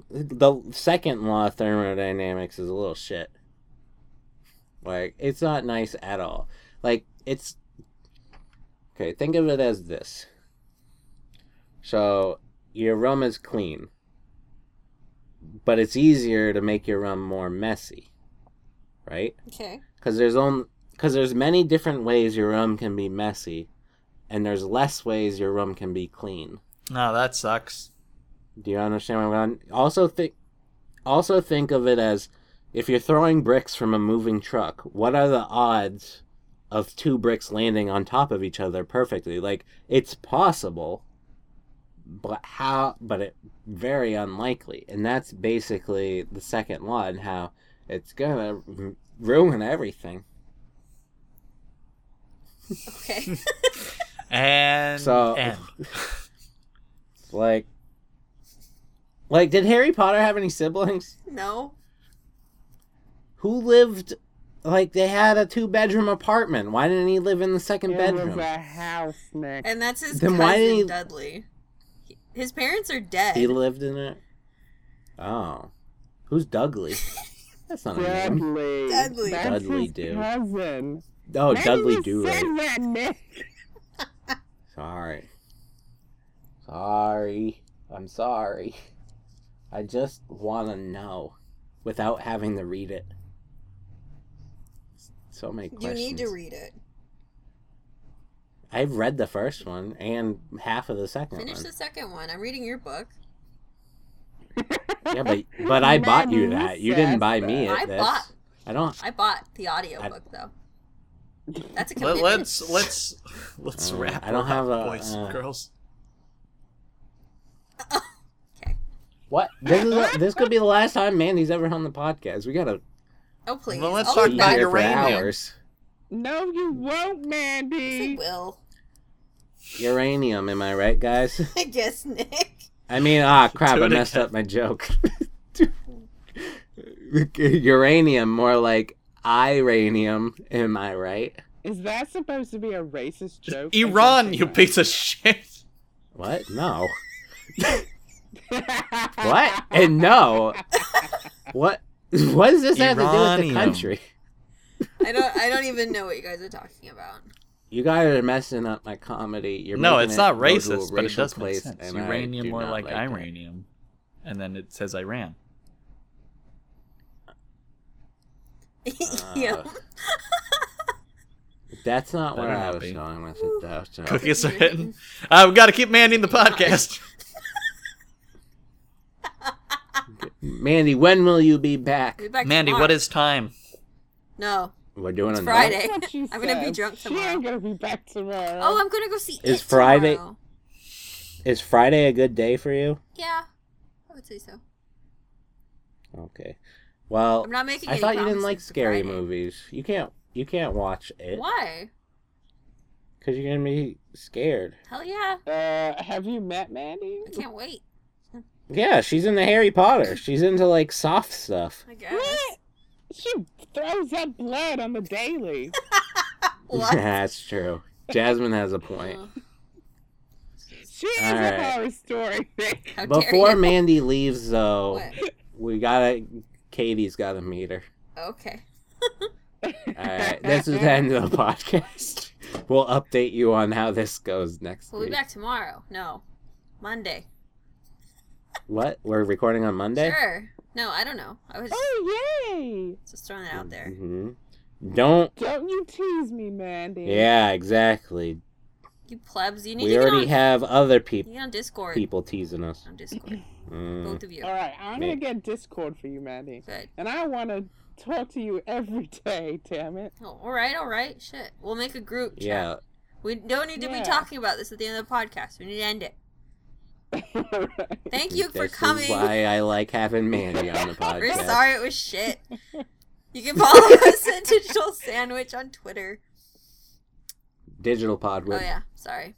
the second law of thermodynamics is a little shit. Like it's not nice at all. Like it's okay. Think of it as this. So your room is clean, but it's easier to make your room more messy, right?
okay.
because there's only because there's many different ways your room can be messy, and there's less ways your room can be clean.
No, that sucks.
Do you understand what I'm going? Also think, also think of it as if you're throwing bricks from a moving truck. What are the odds of two bricks landing on top of each other perfectly? Like it's possible, but how? But it very unlikely, and that's basically the second law and how it's gonna r- ruin everything.
Okay.
And
So-
and
Like, like, did Harry Potter have any siblings?
no.
Who lived? Like, they had a two-bedroom apartment. Why didn't he live in the second
It was
bedroom?
a house, Nick.
And that's his
Then
cousin
why did he-
Dudley. He- His parents are dead.
He lived in it. Oh, who's Dudley? That's not a name.
Dudley.
Dudley.
That's
Dudley,
his
dude.
cousin.
Oh,
Why
Dudley
did you say
Dooley.
that, Nick?
Sorry. Sorry. I'm sorry. I just want to know without having to read it. So many
you
questions.
need to read it.
I've read the first one and half of the second
Finish
one.
the second one. I'm reading your book.
Yeah, but but I bought you
Mom
that. You
says
didn't buy me
that.
it,
I
this.
bought-
I don't.
I bought the audio
I-
book though. That's a
let,
commitment.
us let's let's
Uh,
wrap.
I don't uh,
her
have
up,
a,
boys and
uh,
girls.
okay.
What? This is a, this could be the last time Mandy's ever on the podcast. We gotta
Oh please.
Well, let's
I'll
talk
be
be
about
back.
here for
uranium.
hours.
No, you won't, Mandy.
Yes, I will.
Uranium, am I right, guys?
I guess Nick.
I mean, ah, crap!
Do
I
it
messed
again.
up my joke. uranium, more like iranium. Am I right?
Is that supposed to be a racist
E
joke?
Iran, you piece of shit.
What? No. What?
what?
And no. What? What does this have to do with
Iranium.
the country?
I don't I don't even know what you guys are talking about.
You guys are messing up my comedy. You're
no,
making
it's
it
not
go to a
racist, but it
racial
does make
place,
sense.
and I
Uranium
do
more
not
like,
that.
iranium, and then it says Iran.
yeah.
Uh, That's not what
Better
I
not
was
be.
going with it, though. so-
Cookies are hitting. Uh, we got to keep Mandy in the podcast.
Mandy, when will you be back?
Be back
Mandy,
tomorrow.
what is time?
No.
We're doing
It's
a
Friday.
I'm
I'm gonna be drunk
She
tomorrow.
ain't gonna be back tomorrow.
Oh, I'm gonna go see
Is
It
Friday-
tomorrow.
Is Friday a good day for you?
Yeah. I would say so.
Okay. Well,
I'm not making
I
any
thought you didn't
promises
like
for
scary
Friday.
movies. You can't. You can't watch it
Why?
because you're gonna be scared.
Hell yeah.
Uh, have you met Mandy?
I can't wait.
Yeah, she's into Harry Potter. She's into like soft stuff.
I
What?
guess.
She throws up blood on the daily.
what?
That's true. Jasmine has a point.
Oh,
She is
All
a
right.
horror story. Nick.
how dare
Before
you.
Mandy leaves, though,
What?
we gotta. Katie's gotta meet her.
Okay.
All right, this is the end of the podcast. We'll update you on how this goes next
We'll be
week.
back tomorrow. No. Monday.
What? We're recording on Monday.
Sure. No, I don't know. I was
Oh yay!
just throwing it out there.
hmm Don't.
Don't you tease me, Mandy.
Yeah, exactly.
You plebs, you
Mm-hmm.
need
We
to get
already
on,
have other
you
people
need to get on Discord.
people teasing us.
On Discord.
Mm.
Both of you.
All right, I'm
Me.
gonna get Discord for you, Mandy,
Good.
and I want to talk to you every day. Damn it!
Oh, all right, all right. Shit. We'll make a group chat.
Yeah.
We don't need to
Yeah.
be talking about this at the end of the podcast. We need to end it. Thank you for
this
coming.
Is why I like having Mandy on the podcast.
We're sorry it was shit. You can follow us at Digital Sandwich on Twitter.
Digital Pod
Oh
with
yeah, sorry.